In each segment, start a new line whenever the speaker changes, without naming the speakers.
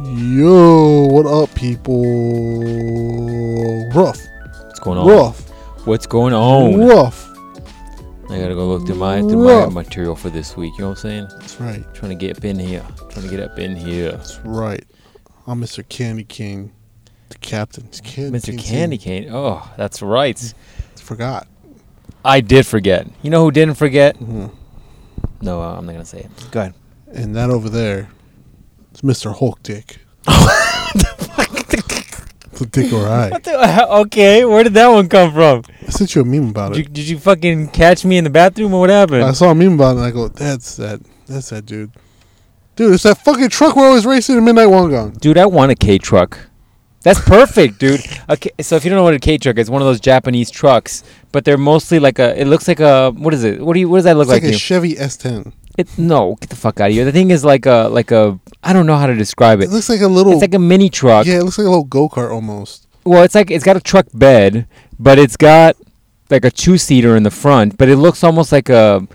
Yo, what up, people? Rough,
What's going on?
rough,
What's going on?
rough.
I gotta go look through my through my
Rough.
material for this week. You know what I'm saying?
That's right.
Trying to get up in here. Trying to get up in here.
That's right. I'm Mr. Candy King, the captain. It's Candy
Mr.
King
Candy Cane. Oh, that's right.
Team. Forgot.
I did forget. You know who didn't forget?
Mhm.
No, uh, I'm not gonna say it. Go ahead.
And that over there is Mr. Hulk Dick. The dick or I.
What the hell? Okay, where did that one come from?
I sent you a meme about
Did you,
it.
did you fucking catch me in the bathroom or what happened?
I saw a meme about it and I go, that's that. That's that dude. Dude, it's that fucking truck we're always racing in Midnight Wongon.
Dude, I want a K truck. That's perfect, dude. Okay, so if you don't know what a K truck is, one of those Japanese trucks, but they're mostly like a. It looks like a. What is it? What do you? What does that look
It's like
like?
a
to you?
Chevy S10.
it, no, get the fuck out of here. The thing is like a like a. I don't know how to describe
It
it.
looks like a little.
It's like a mini truck.
yeah, it looks like a little go kart almost.
Well, it's like it's got a truck bed, but it's got like a two seater in the front. But it looks almost like a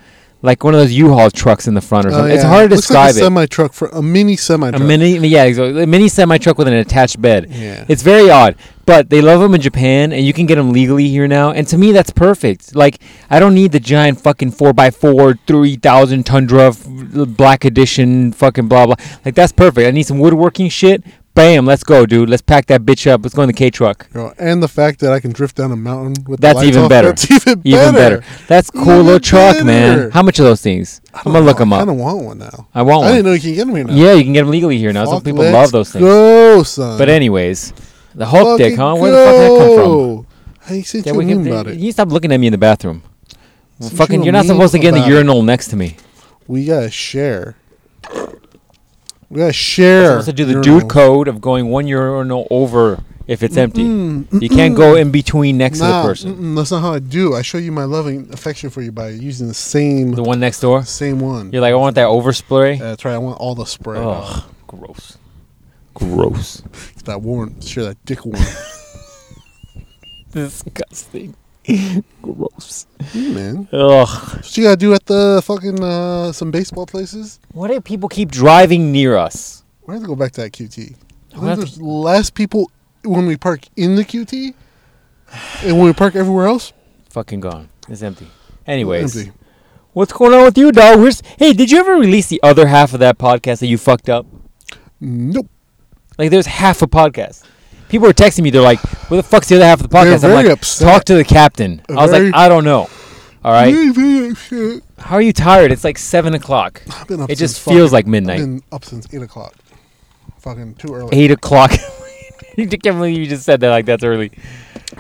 like one of those U-Haul trucks in the front or
Oh,
something. It's
yeah.
hard to
Looks
describe
like a Semi truck for a mini semi
it.
truck.
A mini, yeah, exactly. a mini semi truck with an attached bed.
Yeah.
It's very odd, but they love them in Japan, and you can get them legally here now. And to me, that's perfect. Like, I don't need the giant fucking four x four, three thousand tundra, f- black edition, fucking blah blah. Like, that's perfect. I need some woodworking shit. Bam, let's go, dude. Let's pack that bitch up. Let's go in the K truck.
You know, and the fact that I can drift down a mountain with
That's
the lights
even
off,
better.
That's even better.
Even better. That's cool
Even
little truck, man.
better.
How much are those things?
I
I'm
don't
gonna look
know.
them
Oh, I
up.
don't want one now.
I want
I didn't
one.
know you can get them here now.
Yeah, you can get them legally here now. Some
Fuck,
people
let's
love those things.
Go, son.
But anyways, the Hulk dick,
Fucking
huh? Where the fuck did that come from?
go. I sent
Yeah,
you a
we can,
meme about it.
You stop looking at me in the bathroom.
Sent
fucking,
you a
you're not
meme
supposed to get in the
about it.
urinal next to me.
We gotta share. We gotta
You're
share.
supposed to do the
urinal.
dude code of going one urinal over if it's empty.
Mm,
You can't go in between next
nah,
to the person.
mm-mm, that's not how I do. I show you my loving affection for you by using the same,
The one next door.
same one.
You're like, I want that overspray.
That's right. I want all the spray.
Ugh, gross. Gross.
That warm, sure, that dick warm.
Disgusting. gross.
man.
Ugh.
What you gotta do at the fucking uh, some baseball places?
Why do people keep driving near us?
We're gonna go back to that QT. I
We're gonna
think there's less people when we park in the QT, and when we park everywhere else.
Fucking gone. It's empty.
it's
Anyways.
empty.
What's going on with you, dog? Where's, hey, did you ever release the other half of that podcast that you fucked up?
Nope.
Like, there's half a podcast. People were texting me. They're like, "Where the fuck's the other half of the podcast?"
They're
I'm
very
like,
upset.
"Talk to the captain."
They're
I was
very-
like, "I don't know." All right,
I've
how are you tired? It's like seven o'clock.
been up
It
since
just
fucking-
feels like midnight.
I've been up since eight o'clock. Fucking too early,
Eight o'clock. I can't believe you just said that like that's early.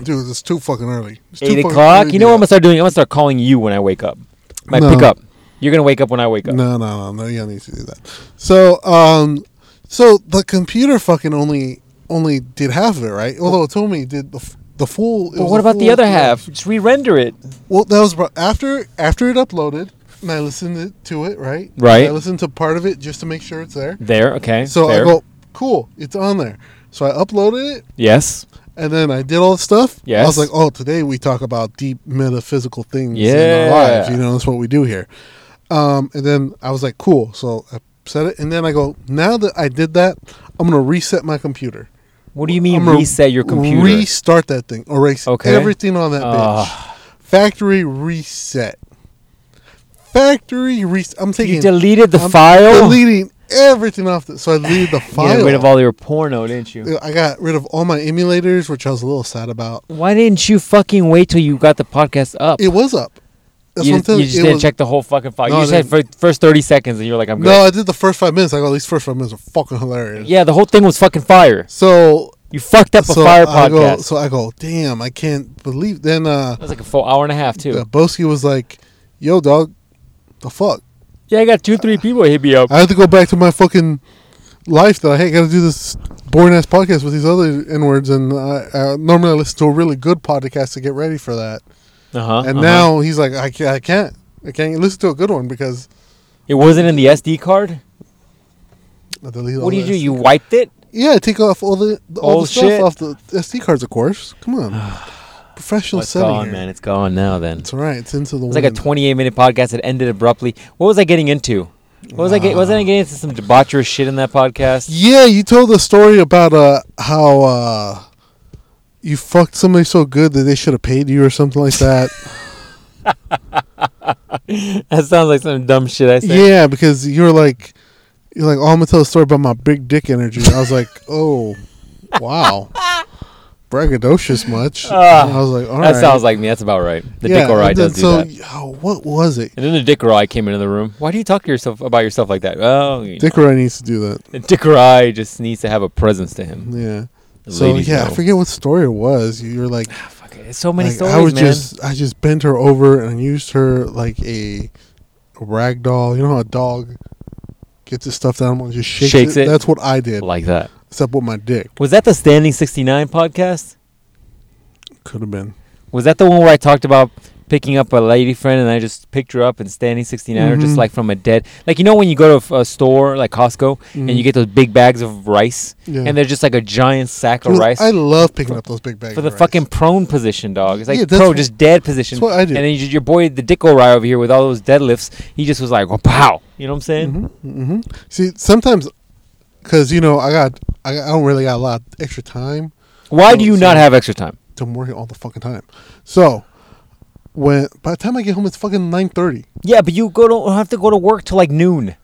dude. It's too fucking early. It's too
Eight
fucking
o'clock.
early to
You know what I'm
be
gonna start doing? I'm gonna start calling you when I wake up. My
No.
pick up. You're gonna wake up when I wake
up.
up.
No, no, no, no. You don't need to do that. So, um, so the computer fucking only only did half of it, right? Although it told me it did the f- the full. it
But
was
what
a
about the
full
other
upload.
half? Just re-render it.
Well, that was about- after after it uploaded, and I listened it- to it, right?
Right.
I listened to part of it just to make sure it's there.
There. Okay.
So
fair.
I go, cool, it's on there. So I uploaded it,
Yes.
and then I did all the stuff. I was
Yes.
like, oh, today we talk about deep metaphysical things in
Yeah.
our lives. You know, that's what we do here. Um, and then I was like, cool. So I set it, and then I go, now that I did that, I'm gonna reset my computer.
What do you mean
I'm gonna
reset your computer?
Restart that thing. Erase
Okay.
everything on that bitch. Factory reset. Factory reset. I'm taking.
you deleted the
I'm
file.
Deleting everything off. The, so I deleted um, the
You
file.
got rid of all your porno, didn't you?
I got rid of all my emulators, which I was a little sad about.
Why didn't you fucking wait till you got the podcast up?
It was up. That's
you,
what I'm telling
you
you.
just
It
didn't
was-
check the whole fucking file.
No,
you just had
then-
fir- first 30 seconds and you were like, I'm
No,
good.
I did the first five minutes. I go, these first five minutes are fucking hilarious.
Yeah, the whole thing was fucking fire.
So,
You fucked up
so
a fire
I go,
podcast.
so I go, damn, I can't believe. Then uh,
that was like a full hour and a half, too.
uh, Boski was like, "Yo, dog, the fuck."
Yeah, I got two, three people hit me up.
I have to go back to my fucking life that I hey, got to do this boring ass podcast with these other N words. And I, I normally I listen to a really good podcast to get ready for that.
Uh-huh,
And
uh-huh.
now he's like, I can't, I can't, I can't listen to a good one because
It wasn't in the SD card?
I delete all
What do you
the
do?
SD
You wiped it?
yeah, I take off all the all the
Old
stuff
shit.
off the SD cards, of course. Come on, professional
it's
setting
gone,
here.
man. It's gone now then.
It's all right. It's into the
It was like a
wind.
28 minute podcast that ended abruptly. What was I getting into? What
Ah.
was I get, wasn't I getting into some debaucherous shit in that podcast?
Yeah, you told the story about uh how uh you fucked somebody so good that they should have paid you or something like that.
That sounds like some dumb shit I said.
yeah, because you were like you're like, Oh, I'm gonna tell a story about my big dick energy. I was like, Oh wow. Braggadocious much.
Ah,
I was like, all right.
that sounds like me. That's about right. The dick or I
and
does
then
do
so,
that.
oh, what was it?
And then the dick or I came into the room. Why do you talk to yourself about yourself like that? Oh, you
Dick or I needs to do that.
know, dick or I just needs to have a presence to him.
Yeah.
The
So
ladies
yeah,
know.
I forget what story it was. You were like,
Ah, fuck it. It's so many
like,
stories,
I was
man.
just I just bent her over and used her like a rag doll. You know how a dog gets its stuff down and just shakes,
Shakes
it?
it.
That's what I did,
like that.
except with my dick.
Was that the Standing 69 podcast?
Could have been.
Was that the one where I talked about picking up a lady friend and I just picked her up and standing 69 or just
Mhm.
like from a dead? Like, you know, when you go to a f- a store like Costco and you get those big bags of rice
Mm. yeah.
and they're just like a giant sack of
Dude,
rice
I love picking up those big bags
for the
of rice.
fucking prone position, dog. It's like
Yeah, that's
pro,
what-
just dead position.
That's what I do.
And then you, your boy, the Dick O'Reilly over here with all those deadlifts, he just was like, oh, pow. You know what I'm saying?
Mm-hmm, hmm See, sometimes because you know I got I, I don't really got a lot of extra time.
Why do
Oh,
you
so-
not have extra time?
So I'm working all the fucking time. So when by the time I get home, it's fucking nine thirty.
Yeah, but you go to have to go to work till like noon.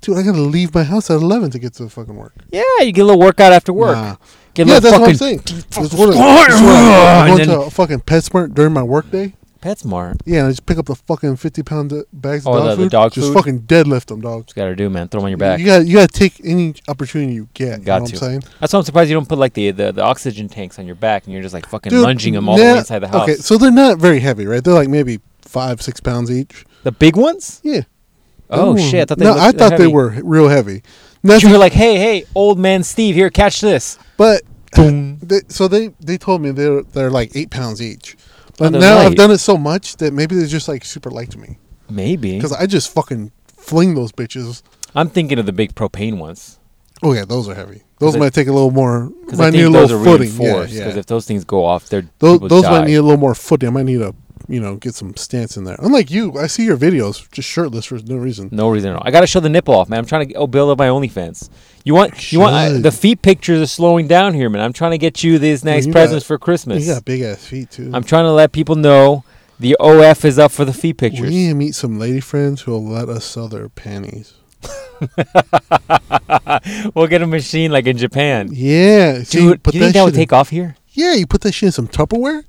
Dude, I gotta leave my house at eleven to get to fucking work.
Yeah, you get a little workout after work.
Nah.
Get a
yeah,
little
that's what I'm
fucking
saying. That's what I-
squat.
that's what I- I'm
And
going
then-
to a fucking PetSmart during my workday.
PetSmart.
Yeah, and I just pick up the fucking fifty pound d- bags of
Oh,
dog
the- the
food.
dog
just
food?
fucking deadlift them, dog.
That's what you gotta do, man. Throw 'em on your back.
You got you got to take any opportunity you get. you
Got
know what
to.
I'm saying,
That's why I'm surprised you don't put like the, the, the oxygen tanks on your back and you're just like fucking lunging them all the
nah-
way inside the house.
Okay, so they're not very heavy, right? They're like maybe five six pounds each.
the big ones?
Yeah.
Oh,
Ooh.
shit! I thought they
no,
looked-
I thought they
heavy.
were real heavy. And that's-
You were like, hey, hey, old man Steve, here, catch this.
but
Boom.
they, so they they told me they're they're like eight pounds each. But
they're
now
light.
I've done it so much that maybe they're just like super light to me.
Maybe.
Because I just fucking fling those bitches.
I'm thinking of the big propane ones.
Oh yeah, those are heavy. Those
they-
might take a little more.
Because
Might
I
need a
think
little
those are
footing. Yeah,
reinforced. Because
yeah.
if those things go off, they're
Those,
people
those
die.
might need a little more footing. I might need a you know get some stance in there. Unlike you, I see your videos just shirtless for no reason.
No reason at all. I gotta show the nipple off, man. I'm trying to oh, build up my OnlyFans. You want you want I-
Should.
the feet pictures are slowing down here, man. I'm trying to get you these nice
you
presents
got-
for Christmas.
You got big ass feet too.
I'm trying to let people know the OF is up for the feet pictures.
We meet some lady friends who'll let us sell their panties.
We'll get a machine like in Japan.
Yeah, so
Dude,
put
you think that would
shit in-
take off here?
Yeah, you put that shit in some Tupperware,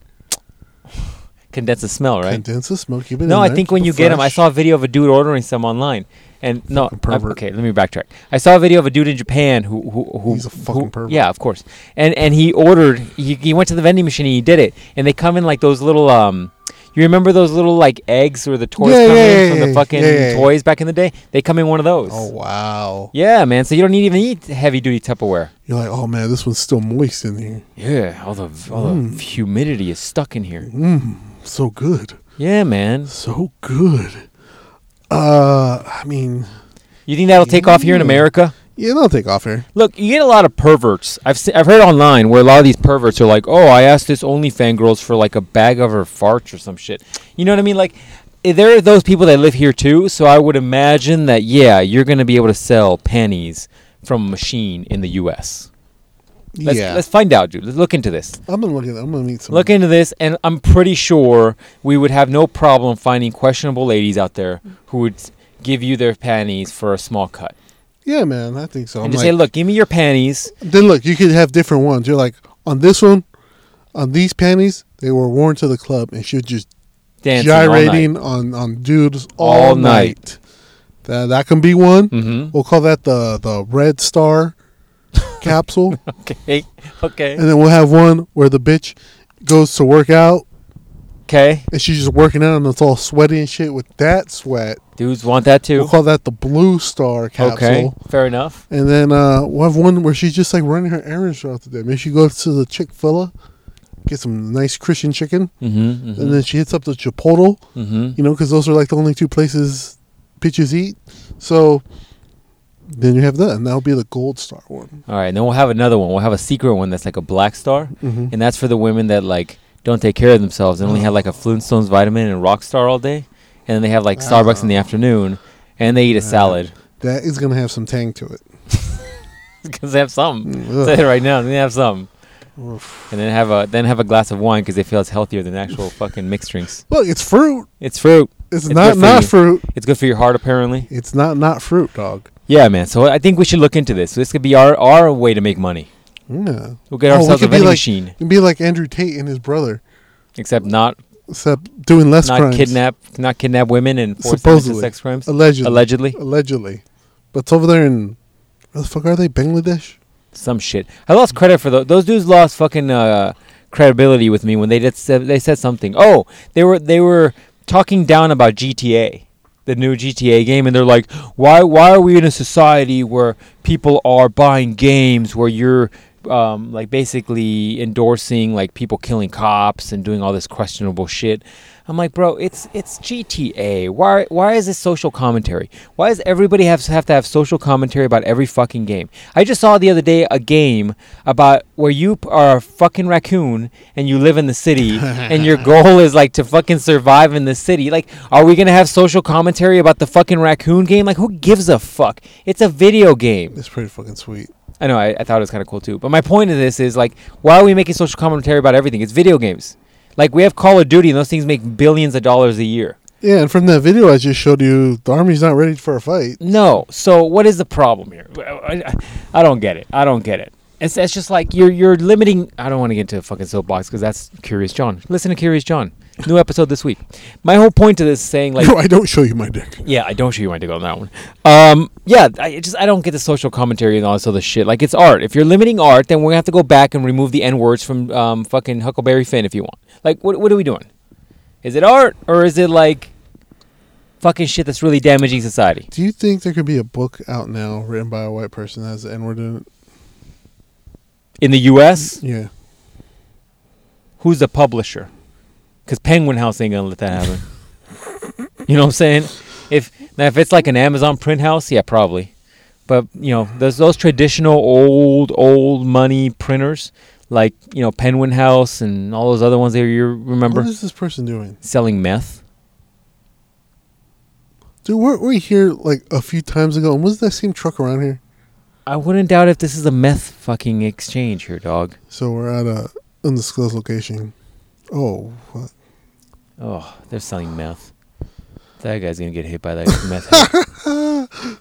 Condense the smell, right?
condense the smoke, keep it.
No,
in
I
there,
think
keep
when
it
you get 'em, get them, I
fresh.
saw a video of a dude ordering some online, and no,
Fucking
I-
pervert.
okay, let me backtrack. I saw a video of a dude in Japan who who, who
He's a fucking
who-
pervert.
Yeah, of course, and and he ordered. He, he went to the vending machine and he did it, and they come in like those little um. You remember those little like eggs where the toys
Yeah,
come
yeah,
in
yeah,
from
yeah,
the fucking
yeah, yeah.
toys back in the day? They come in one of those.
Oh wow!
Yeah, man. So you don't need even eat heavy duty Tupperware.
You're like, oh man, this one's still moist in here.
Yeah, all the all
Mm.
the humidity is stuck in here.
Mmm, so good,
Yeah, man.
so good. Uh, I mean,
You think that'll take off here in
Yeah.
America?
yeah, they'll take off here.
Look, you get a lot of perverts. I've se- I've heard online where a lot of these perverts are like, "Oh, I asked this OnlyFans girls for like a bag of her farts or some shit." You know what I mean? Like, eh, there are those people that live here too. So I would imagine that yeah, you're gonna be able to sell panties from a machine in the U.S. Let's,
yeah, Mm-hmm.
let's find out, dude. Let's look into this.
I'm gonna look at. I'm gonna meet some.
Look into this, and I'm pretty sure we would have no problem finding questionable ladies out there who would s- give you their panties for a small cut.
yeah, man, I think so.
And
I'm
just
like-
say, look, give me your panties.
then look, you could have different ones. You're like, on this one, on these panties, they were worn to the club, and she was just
Dancing all night.
gyrating on on dudes all,
All
night. That that can be one.
Mm-hmm.
We'll call that the the red star capsule,
Okay. Okay.
and then we'll have one where the bitch goes to work out
Okay.
and she's just working out and it's all sweaty and shit with that sweat.
Dudes want that too.
We'll call that the blue star capsule.
Okay. Fair enough.
And then uh, we'll have one where she's just like running her errands throughout the day. Maybe she goes to the Chick Fil A, get some nice Christian chicken,
Mm-hmm.
and then she hits up the Chipotle.
mm-hmm.
You know, because those are like the only two places bitches eat. So then you have that, and that'll be the gold star one.
All right. Then we'll have another one. We'll have a secret one that's like a black star,
Mm-hmm.
and that's for the women that like don't take care of
Ah.
themselves and only have like a Flintstones vitamin and Rockstar all day, and then they have like Starbucks in the afternoon. and they eat a salad
That is gonna have some tang to it.
because they have some. Say
Ugh.
it right now, they have some,
Oof.
and then have a then have a glass of wine because they feel it's healthier than actual fucking mixed drinks.
Look, it's fruit.
It's fruit.
It's,
It's
not
good for
not
you.
fruit.
It's good for your heart, apparently.
It's not not fruit, dog.
Yeah, man. So I think we should look into this. This could be our our way to make money.
Yeah.
We'll get
Oh, we
ourselves a
could be
vending
like-
machine,
It'd be like Andrew Tate and his brother,
except not
except doing less
not
crimes.
kidnap not kidnap women and force them into
Supposedly.
sex crimes.
Allegedly.
Allegedly,
Allegedly. But it's over there in where the fuck are they? Bangladesh?
some shit. I lost credit for those. Those dudes lost fucking uh, credibility with me when they did said, they said something. Oh, they were they were talking down about GTA, the new GTA game, and they're like, why why are we in a society where people are buying games where you're um, like basically endorsing like people killing cops and doing all this questionable shit. I'm like, bro, it's it's GTA. Why why is this social commentary? Why does everybody have have to have social commentary about every fucking game? I just saw the other day a game about where you p- are a fucking raccoon and you live in the city and your goal is like to fucking survive in the city. Like, are we gonna have social commentary about the fucking raccoon game? Like, who gives a fuck? It's a video game.
It's pretty fucking sweet.
I know. I, I thought it was kind of cool too. But my point of this is like, why are we making social commentary about everything? It's video games. Like we have Call of Duty, and those things make billions of dollars a year.
Yeah, and from that video I just showed you, the army's not ready for a fight.
No. So what is the problem here? I, I- I don't get it. I don't get it. It's, it's just like you're you're limiting. I don't want to get into a fucking soapbox because that's Curious John. Listen to Curious John. New episode this week. My whole point to this is saying like
no, I don't show you my dick.
Yeah, I don't sure you want to go on that one. Um, yeah, I it just I don't get the social commentary and all this other shit. Like it's art. If you're limiting art, then we're gonna have to go back and remove the n words from um, fucking Huckleberry Finn if you want. Like what what are we doing? Is it art or is it like fucking shit that's really damaging society?
Do you think there could be a book out now written by a white person that has the N word in it?
In the U.S.,
Yeah.
who's the publisher? Because Penguin House ain't gonna let that happen. you know what I'm saying? If now if it's like an Amazon print house, yeah, probably. But you know, those those traditional old old money printers, like you know Penguin House and all those other ones that you remember
What is this person doing?
selling meth.
Dude, weren't we here like a few times ago? And was that same truck around here?
I wouldn't doubt if this is a meth fucking exchange here, dog.
So we're at a undisclosed location. Oh, what?
Oh, they're selling meth. That guy's gonna get hit by that meth. head.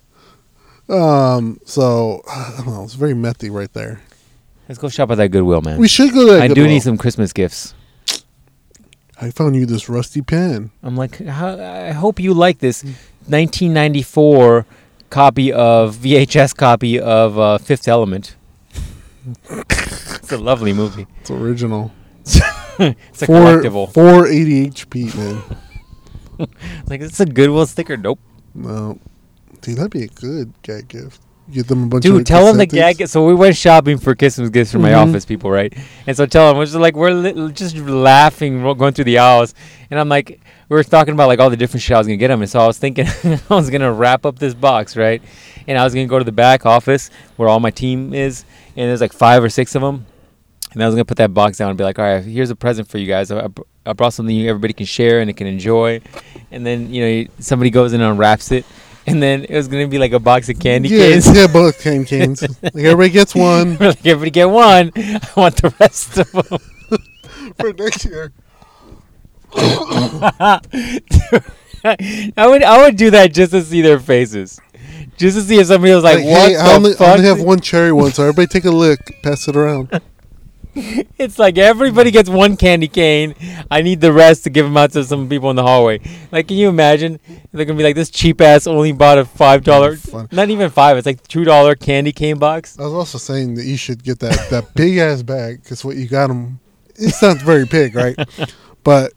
Um. So I don't know. It's very methy right there.
Let's go shop at that Goodwill, man.
We should go to. That
I do
Goodwill.
need some Christmas gifts.
I found you this rusty pen.
I'm like, how, I hope you like this 1994 copy of VHS copy of uh, Fifth Element. it's a lovely movie.
It's original.
It's a
Four
collectible.
four eighty HP man.
It's like it's a Goodwill sticker. Nope.
no, dude, that'd be a good gag gift. Get them a bunch. of
Dude, tell them the
cassette
gag. So we went shopping for Christmas gifts for my
Mhm.
office people, right? And so tell them we're just like we're li- just laughing, ro- going through the aisles, and I'm like, we were talking about like all the different shit I was gonna get them, and so I was thinking I was gonna wrap up this box, right? And I was gonna go to the back office where all my team is, and there's like five or six of them, and I was gonna put that box down and be like, all right, here's a present for you guys. I, I br- I brought something you, everybody can share and it can enjoy, and then you know you- somebody goes in and unwraps it. And then it was gonna be like a box of candy
yeah,
canes.
yeah, both candy canes. like everybody gets one
We're like, everybody get one. I want the rest of them.
for next year.
I would, I would do that just to see their faces, just to see if somebody was like,
Like,
"What
hey,
the
I only,
fuck?"
I only have one cherry one, so everybody take a lick, pass it around.
It's like everybody gets one candy cane. I need the rest to give them out to some people in the hallway. Like, can you imagine? They're gonna be like, "This cheap ass only bought a five dollar,
Fun.
not even five. It's like two dollar candy cane box."
I was also saying that you should get that, that big ass bag because what you got them, it's not very big, right? But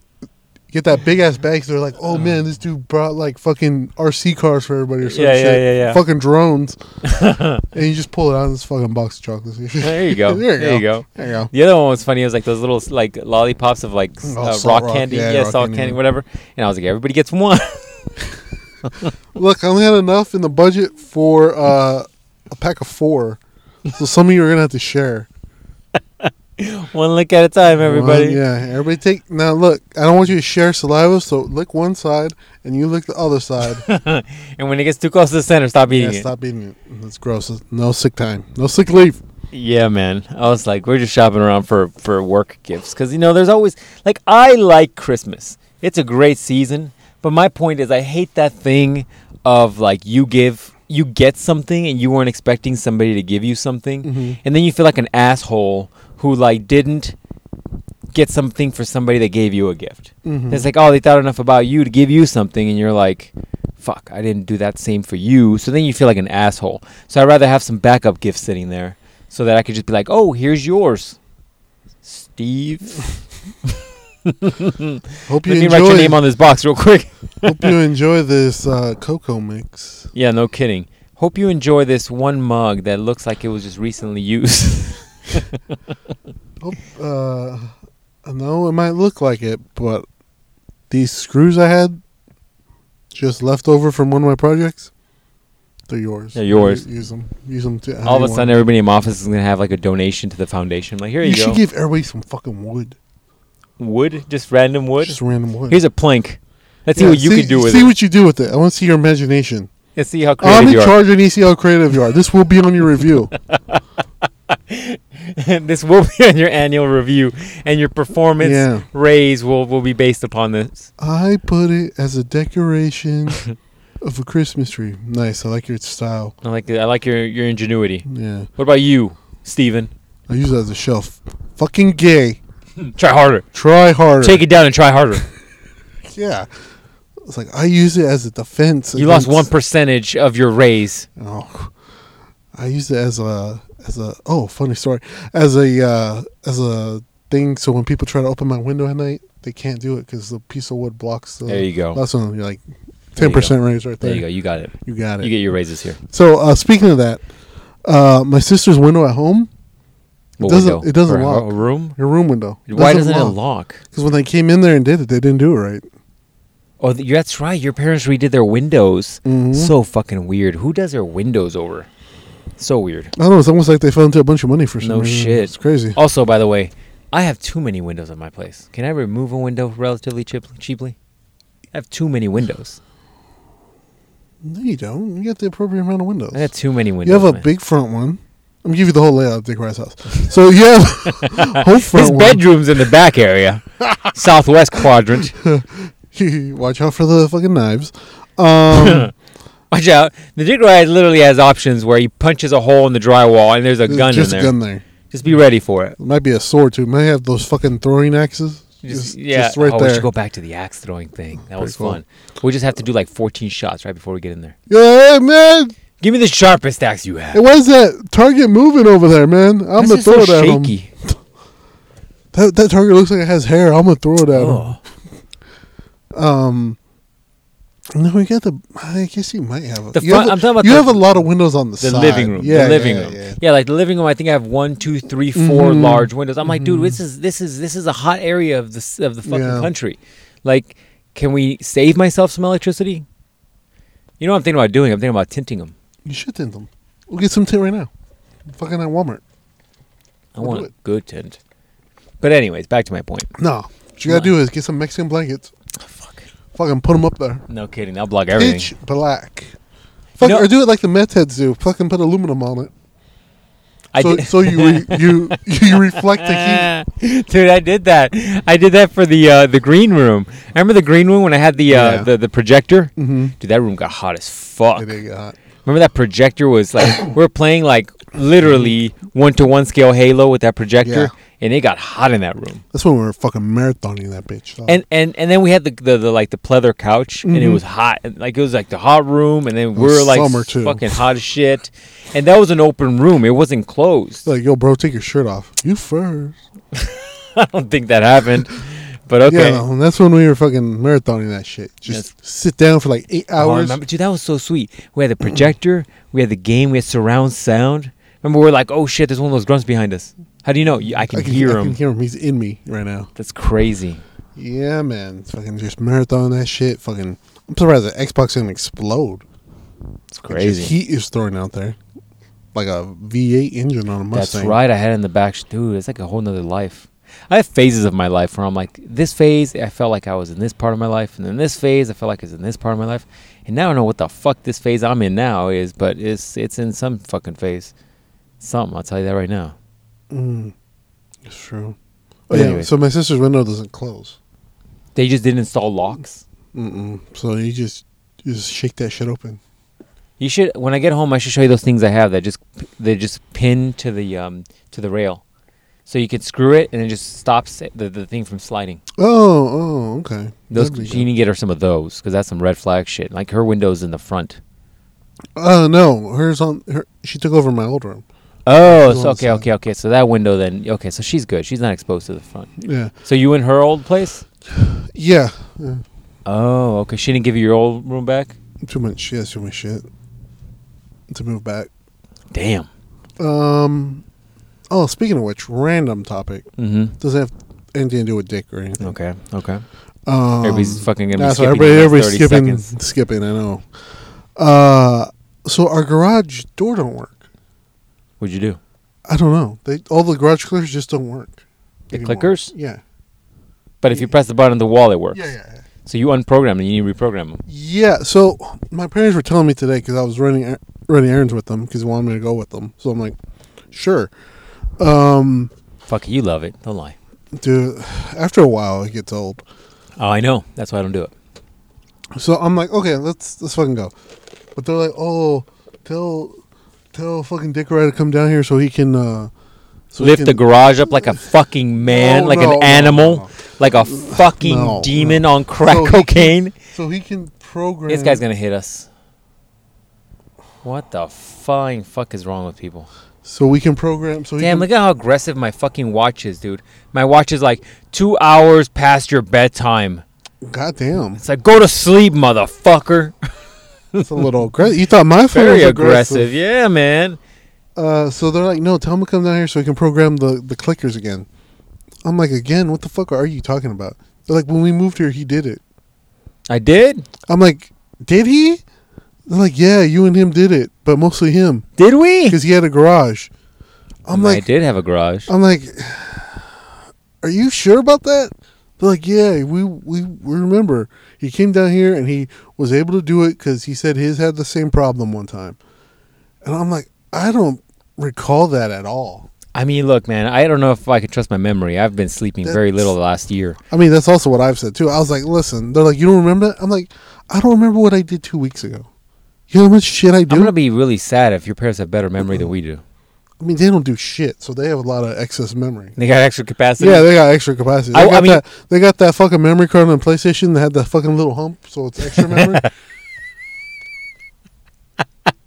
get that big ass bag. 'cause they're like, oh man, this dude brought like fucking RC cars for everybody or some
Yeah, yeah,
shit,
yeah, yeah.
fucking drones, and you just pull it out of this fucking box of chocolates.
There you go.
there you go.
go.
There you go.
The other one was funny. It was like those little like lollipops of like s-
Oh,
uh,
salt
rock,
rock.
candy,
Yeah,
yeah,
rock
salt
candy.
candy, whatever. And I was like, everybody gets one.
Look, I only had enough in the budget for uh, a pack of four, so some of you are gonna have to share.
One look at a time, everybody.
One- yeah, everybody take. Now look, I don't want you to share saliva, so lick one side and you lick the other side.
and when it gets too close to the center, stop
yeah,
eating it.
stop eating it. That's gross. No sick time. No sick leave.
Yeah, man. I was like, we're just shopping around for for work gifts because you know, there's always like I like Christmas. It's a great season, but my point is, I hate that thing of like you give, you get something, and you weren't expecting somebody to give you something,
Mhm.
and then you feel like an asshole who like didn't get something for somebody that gave you a gift.
Mhm.
It's like, oh, they thought enough about you to give you something, and you're like, fuck, I didn't do that same for you. So then you feel like an asshole. So I'd rather have some backup gifts sitting there so that I could just be like, oh, here's yours, Steve.
Hope you
Let me write your
enjoy.
name on this box real quick.
hope you enjoy this uh, cocoa mix.
yeah, no kidding. Hope you enjoy this one mug that looks like it was just recently used.
Hope, uh, I know it might look like it, but these screws I had just left over from one of my projects, they're yours.
They're yours.
Use them. Use them to.
All of a sudden, everybody in my office is gonna have like a donation to the foundation. like, here
you,
you, go,
should give everybody some fucking wood.
wood, just random wood.
Just random wood.
Here's a plank. Let's see
Yeah,
what you can do with
see
it.
what you do with it. I want to see your imagination.
Let's see how
I'm
creative
in
you are.
charge of ECL Creative Yard. This will be on your review.
this will be on your annual review, and your performance
Yeah.
raise will, will be based upon this.
I put it as a decoration of a Christmas tree. Nice. I like your style.
I like I like your, your ingenuity.
Yeah.
What about you, Steven?
I use it as a shelf. Fucking gay.
Try harder.
Try harder.
Take it down and try harder.
Yeah. It's like I use it as a defense.
you lost one
against-
percentage of your raise.
Oh. I use it as a as a oh funny story as a uh, as a thing. So when people try to open my window at night, they can't do it because the piece of wood blocks the.
There you go.
That's one. You're like
There you
ten
go.
percent raise right there.
There you go. You got it.
You got it.
You get your raises here.
so uh, speaking of that, uh, my sister's window at home,
What
doesn't-
window?
it doesn't
Or a-
lock.
A room?
her room window.
Why doesn't it lock?
Because when they came in there and did it, they didn't do it right.
Oh, th- that's right. Your parents redid their windows.
Mhm.
So fucking weird. Who does their windows over? So weird.
I don't know. It's almost like they fell into a bunch of money for some
No
reason.
shit. Oh.
It's crazy.
Also, by the way, I have too many windows in my place. Can I remove a window relatively cheap- cheaply? I have too many windows.
No, you don't. You got the appropriate amount of windows.
I got too many windows.
you have a
man.
big front one. I'm gonna give you the whole layout of Dick Rice house. So you have whole front
His
one.
bedroom's in the back area, southwest quadrant.
Watch out for the fucking knives. Um,
Watch out! The dick ride literally has options where he punches a hole in the drywall and there's a
there's
gun in
just
there.
a gun there.
Just be ready for it.
It might be a sword too. It might have those fucking throwing axes.
Just,
Just,
yeah.
just right
oh, we
there.
should go back to the axe throwing thing. That was
cool.
fun. We just have to do like 14 shots right before we get in there.
yeah, man.
Give me the sharpest axe you have.
Hey, why is that target moving over there, man? I'm gonna
This
throw
is
it
so
at him.
shaky.
That, that target looks like it has hair. I'm gonna throw it at him.
Oh.
Um, no, we got the. I guess you might have. A,
The
you
front-
have a-
I'm talking about
you
the-
have a lot of windows on the,
the
side.
living room.
Yeah,
the living
yeah,
room.
yeah.
Yeah. like the living room. I think I have one, two, three, four
Mhm.
large windows. I'm like, dude, this is this is this is a hot area of the s- of the fucking
Mm-hmm. Yeah.
country. Like, can we save myself some electricity? You know what I'm thinking about doing? I'm thinking about tinting them.
You should tint them. We'll get some tint right now. Fucking at Walmart.
I
We'll do
want a
it.
good tint. But anyways, back to my point.
No, what you gotta do is get some Mexican blankets.
fuck.
Fucking put them up there.
No kidding. I'll block everything.
Pitch black. Fuck,
know-
or do it like the meth heads do. Fucking put aluminum on it.
I
so,
did-
so you re, you you reflect the heat.
Dude, I did that. I did that for the uh, the green room. I remember the green room when I had the uh,
Yeah.
the, the projector.
Mm-hmm.
Dude, that room got hot as fuck.
It ain't hot.
Remember that projector was like we were playing like literally one to one scale Halo with that projector,
Yeah. Oh.
and it got hot in that room.
That's when we were fucking marathoning that bitch. So-
And and and then we had the the, the like the pleather couch, and it
Mhm.
was hot, and, like it was like the hot room, and then we
was
were like
summer, too.
fucking hot as shit, and that was an open room. It wasn't closed.
like, yo, bro, take your shirt off. You first.
I don't think that happened, but okay.
Yeah, no, and that's when we were fucking marathoning that shit. Just sit down for like eight
Oh, I
hours.
remember, dude, that was so sweet. We had the projector, we had the game, we had surround sound. Remember, we were like, oh shit, there's one of those drums behind us. How do you know? You- I can,
I can
hear
I
him.
can hear him. He's in me right now.
That's crazy.
Yeah, man. Fucking just marathon that shit. Fucking. I'm surprised the Xbox didn't explode.
It's
Like, just
crazy.
Heat is thrown out there. like a V8 engine on a Mustang.
That's right. I had it in the back. Dude, it's like a whole nother life. I have phases of my life where I'm like, this phase, I felt like I was in this part of my life. And then this phase, I felt like I was in this part of my life. And now I don't know what the fuck this phase I'm in now is, but it's it's in some fucking phase. Something, I'll tell you that right now.
Mm, it's true. Oh,
But
yeah.
anyway.
So my sister's window doesn't close.
They just didn't install locks.
Mm-mm. So you just you just shake that shit open.
You should, when I get home, I should show you those things I have that just, they just pin to the, um, to the rail. So you can screw it and it just stops it- the, the thing from sliding.
Oh, oh, okay.
Those,
That'd be
you need to get her some of those because that's some red flag shit. Like her window's in the front.
good. Uh, no, hers on her. She took over my old room.
Oh,
She's
so
on the
okay,
side.
okay, okay. So that window then, okay, so she's good. She's not exposed to the front.
Yeah,
So you in her old place?
yeah. yeah.
Oh, okay. She didn't give you your old room back?
Too much. She has too much shit to move back.
Damn.
Um. Oh, speaking of which, random topic
Mm
doesn't have anything to do with dick or
hmm.
anything.
Okay, okay.
Um,
Everybody's fucking gonna be
that's why
skipping,
everybody,
the
everybody's
next 30
skipping,
seconds.
skipping. I know. Uh, so our garage door don't work.
What'd you do?
I don't know. They all the garage clickers just don't work.
The
anymore.
clickers?
Yeah.
But if you press the button on the wall, it works.
Yeah, yeah, yeah.
So you unprogram and you need to reprogram them.
Yeah. So my parents were telling me today because I was running er- running errands with them because they wanted me to go with them. So I'm like, sure. Um,
Fuck it, you love it. Don't lie.
dude, after a while it gets old.
Oh, I know. That's why I don't do it.
So I'm like, okay, let's let's fucking go. But they're like, oh, tell tell fucking Dick Ray to come down here so he can uh, so he
Lift
can-
the garage up like a fucking man,
No,
like
no,
an
no,
animal,
no.
like a fucking
No,
demon on crack
So he can-
cocaine.
so he can program.
This guy's gonna hit us. What the fine fuck is wrong with people?
So we can program. So he
Damn,
can,
look at how aggressive my fucking watch is, dude. My watch is like two hours past your bedtime.
goddamn,
It's like go to sleep, motherfucker.
it's a little aggressive. You thought my phone
Very
was
aggressive. yeah, man.
Uh, so they're like, no, tell him to come down here so we can program the, the clickers again. I'm like, again, what the fuck are you talking about? They're like, when we moved here, he did it.
I did.
I'm like, did he? They're like, yeah, you and him did it, but mostly him
Did we?
because he had a garage. I'm
I
like,
did have a garage.
I'm like, are you sure about that? They're like, yeah, we, we we remember he came down here and he was able to do it because he said his had the same problem one time, and I'm like, I don't recall that at all.
I mean, look, man. I don't know if I can trust my memory. I've been sleeping very
That's-
little the last year.
I mean, that's also what I've said too. I was like, listen, they're like, you don't remember that? I'm like, I don't remember what I did two weeks ago. You know how much shit I do?
I'm gonna be really sad if your parents have better memory than we do.
I mean, they don't do shit, so they have a lot of excess memory.
They got extra capacity.
yeah, they got extra capacity. They,
I- I
got
mean-
that, they got that fucking memory card on the PlayStation that had that fucking little hump, so it's extra memory.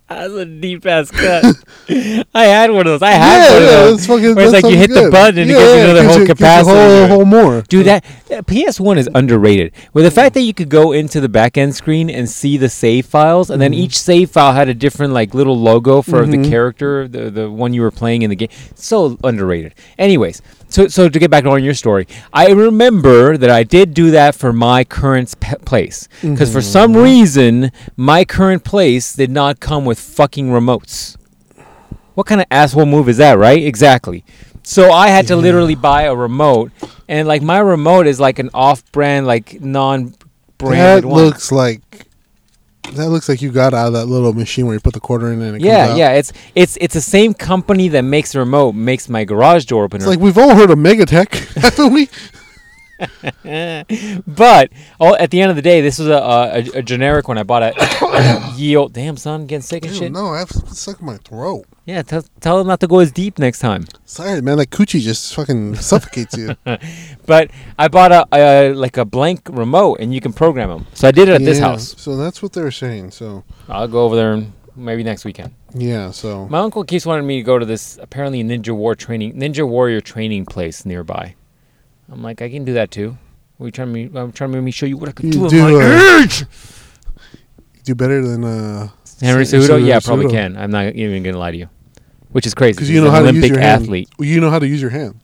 That's a deep ass cut. I had one of those. I had
yeah,
one of
yeah,
those.
it's fucking.
Where it's
that's
like
something
you hit the
good.
button and it gives you another whole
gives
capacity.
whole, whole more.
Dude, that, that PS1 is underrated. With the fact that you could go into the back end screen and see the save files, and then each save file had a different like little logo for the
Mhm.
character, the the one you were playing in the game. So underrated. Anyways, so so to get back on your story, I remember that I did do that for my current pe- place because for some reason my current place did not come with fucking remotes. What kind of asshole move is that, right? Exactly. So I had to literally buy a remote, and like my remote is like an off-brand, like
That
non-branded one.
looks like. That looks like you got out of that little machine where you put the quarter in and it comes
yeah,
out.
yeah. It's it's it's the same company that makes the remote makes my garage door opener.
It's like we've all heard of Megatech, haven't we?
but all, at the end of the day, this was a a, a generic one I bought at Yield. Damn son, getting sick and
Ew,
shit.
No, I have something stuck in my throat.
Yeah, tell tell him not to go as deep next time.
Sorry, man. That coochie just fucking suffocates you.
But I bought a, a like a blank remote, and you can program them. So I did it at this
Yeah,
house.
So that's what they were saying. So
I'll go over there and maybe next weekend.
yeah. So
My uncle keeps wanting me to go to this apparently ninja war training ninja warrior training place nearby. I'm like, I can do that too. Are you trying to me, I'm trying to make me show you what I could
You
do,
do,
at my
uh,
age.
do better than uh
Henry
Su-
Cejudo, yeah,
Cejudo.
probably can. I'm not even gonna lie to you, which is crazy.
because you
he's
know
an
how
Olympic
to use your
athlete.
Hand. You know how to use your hands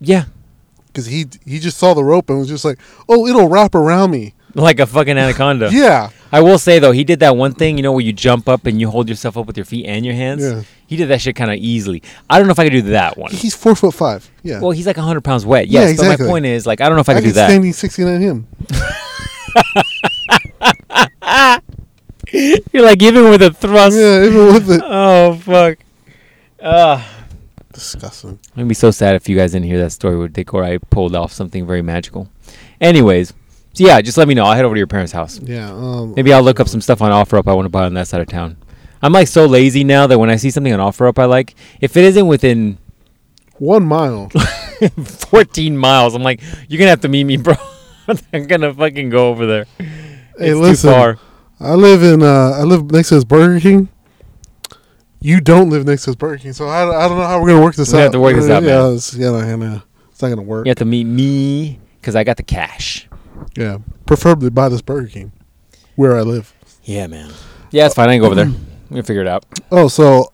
Yeah,
because he he just saw the rope and was just like, oh, it'll wrap around me.
like a fucking anaconda.
Yeah.
I will say though, he did that one thing, you know, where you jump up and you hold yourself up with your feet and your hands.
Yeah.
He did that shit kind of easily. I don't know if I could do that one.
He's four foot five. Yeah.
Well, he's like 100 pounds wet.
Yeah,
Yes, but
exactly.
my point is, like, I don't know if I could do
could
that.
standing 69 him.
You're like even with a thrust.
Yeah, even with it.
Oh fuck. Uh,
Disgusting.
I'd be so sad if you guys didn't hear that story where Dick or I pulled off something very magical. Anyways, so yeah, just let me know. I'll head over to your parents' house.
Yeah. Um,
Maybe I'll look up some stuff on OfferUp I want to buy on that side of town. I'm like so lazy now that when I see something on OfferUp I like, if it isn't within
one mile.
14 miles, I'm like, you're gonna have to meet me, bro. I'm gonna fucking go over there.
Hey,
it's
listen.
too far.
I live in. Uh, I live next to this Burger King. You don't live next to this Burger King, so I, I don't know how we're gonna work this
We
out.
have to work this out,
yeah,
man.
It's, yeah, no, no, it's not gonna work.
You have to meet me because I got the cash.
Yeah, preferably by this Burger King, where I live.
Yeah, man. Yeah, it's fine. I can go over there. We can figure it out.
Oh, so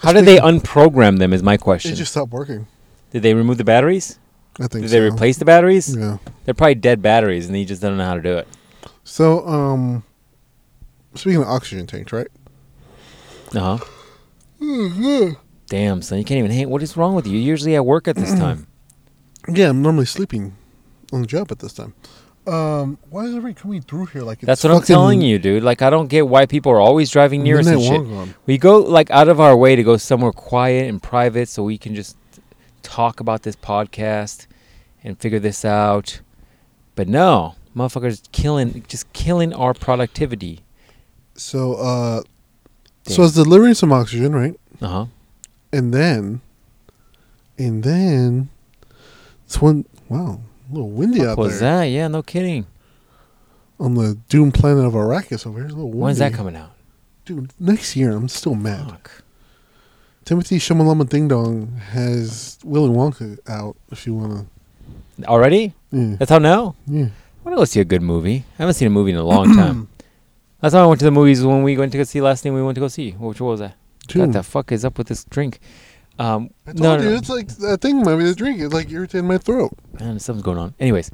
How did they unprogram them? Is my
it
question.
just stopped working.
did they remove the batteries?
I think.
Did they
so.
replace the batteries?
Yeah.
They're probably dead batteries, and they just don't know how to do it.
So, um, speaking of oxygen tanks, right?
Uh
Uh-huh.
huh. Mm-hmm. Damn, son, you can't even hang. What is wrong with you? You're usually at work at this
Mm.
time.
Yeah, I'm normally sleeping on the job at this time. Um, why is everybody coming through here like it's
That's what I'm
fucking
telling you, dude. Like, I don't get why people are always driving near us and
midnight
shit.
walk on?
We go like out of our way to go somewhere quiet and private so we can just talk about this podcast and figure this out. But no, motherfuckers killing just killing our productivity.
So, uh, so
Damn.
I was delivering some oxygen, right?
Uh-huh.
And then, and then, it's one. Wow, a little windy out
What was
there
that? Yeah, no kidding.
on the doomed planet of Arrakis over here. It's a little windy.
When's that coming out?
dude? Next year, I'm still mad.
Fuck.
Timothy Shamalama Ding Dong has Willy Wonka out. If you wanna,
Already?
yeah,
That's how now?
yeah.
I want to go see a good movie. I haven't seen a movie in a long time. Last time I went to the movies when we went to go see last thing we went to go see. Which was that? What
Dude,
the fuck is up with this drink? Um,
I told
no, no,
you,
no.
it's like that thing. Maybe the drink it like irritating my throat.
Man, something's going on. Anyways,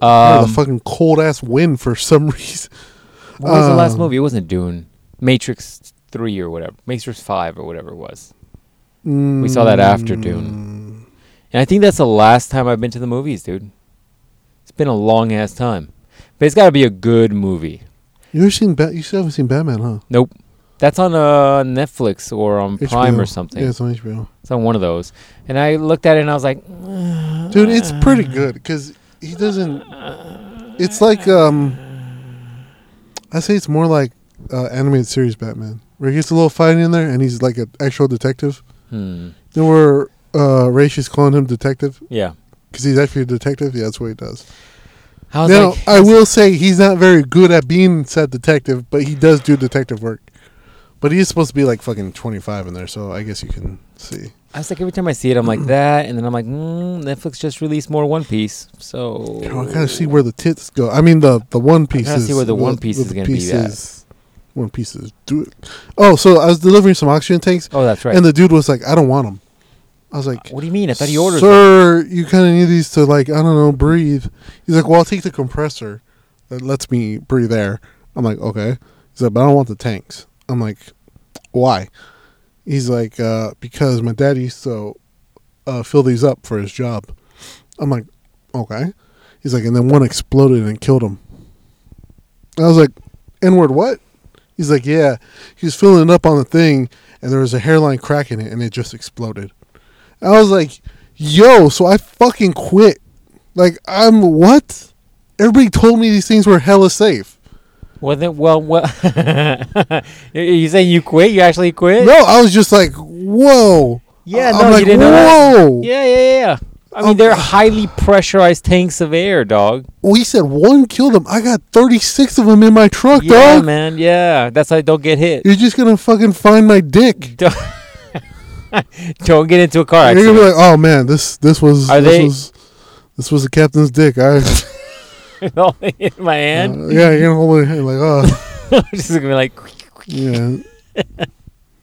Oh,
um,
the fucking cold ass wind for some reason.
What was the last
Um,
movie? It wasn't Dune. Matrix three or whatever. Matrix five or whatever it was.
We
saw that after
Mm.
Dune. And I think that's the last time I've been to the movies, dude. It's been a long ass time. But it's gotta be a good movie.
You ever seen? Bat- you still haven't seen Batman, huh?
Nope. That's on uh, Netflix or on Prime
HBO.
or something.
Yeah, it's on HBO.
It's on one of those. And I looked at it and I was like, "Ugh."
dude it's pretty good because he doesn't it's like um i say it's more like uh animated series batman where he gets a little fight in there and he's like an actual detective
Hmm.
you know where uh Raish is calling him detective
Yeah.
because he's actually a detective yeah that's what he does
I was
now
like,
i will say he's not very good at being said detective but he does do detective work but he is supposed to be like fucking 25 in there so i guess you can see
I was like, every time I see it, I'm like that, and then I'm like, mm, Netflix just released more One Piece, so
I kind of see where the tits go. I mean, the the one piece.
gotta see where the one piece is gonna be at.
One piece is do it. Oh, so I was delivering some oxygen tanks,
Oh, that's right.
and the dude was like, "I don't want them." I was like,
what do you mean? I thought he ordered. them.
"Sir, you kind of need these to like I don't know breathe." He's like, "Well, I'll take the compressor that lets me breathe air." I'm like, "Okay." He's like, "But I don't want the tanks." I'm like, "Why?" He's like, uh, "Because my dad used to uh, fill these up for his job." I'm like, okay. He's like, and then one exploded and killed him. I was like, N word what? He's like, yeah. He was filling it up on the thing, and there was a hairline crack in it, and it just exploded. I was like, yo, so I fucking quit. Like, I'm what? Everybody told me these things were hella safe.
Well, then, well, well. you- you saying you quit? You actually quit?
No, I was just like, whoa.
Yeah,
I'm
no,
like,
you didn't know that.
Whoa.
Yeah, yeah, yeah. I mean,
Um,
they're highly pressurized tanks of air, dog.
Well, he said one killed him. I got 36 of them in my truck,
Yeah,
dog.
man. Yeah, that's how they don't get hit.
You're just going to fucking find my dick.
Don't, don't get into a car
You're
accident.
gonna be like, oh man, this this was
Are
this
they-
was this was the captain's dick. I
in my hand,
uh, yeah, you're gonna hold it in your hand, like oh
just gonna be like,
yeah.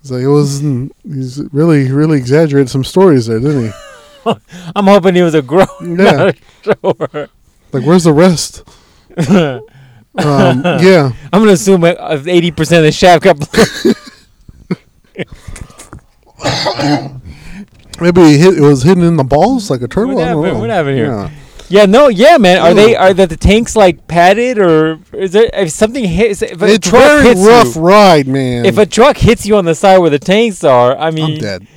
It's like it was. He's really really exaggerated some stories there, didn't he?
I'm hoping he was a grown,
Yeah.
not a shower.
Like where's the rest? Um, yeah,
I'm gonna assume uh, eighty percent of the shaft got.
maybe it, hit, it was hidden in the balls like a turtle.
What
I don't
happened?
know.
What happened here?
Yeah.
yeah, no, yeah, man. Are they
Ooh.
are the, the tanks like padded or is there if something hits? If a
It's
truck
very
hits
rough
You,
ride, man.
if a truck hits you on the side where the tanks are, I
I'm
mean,
dead.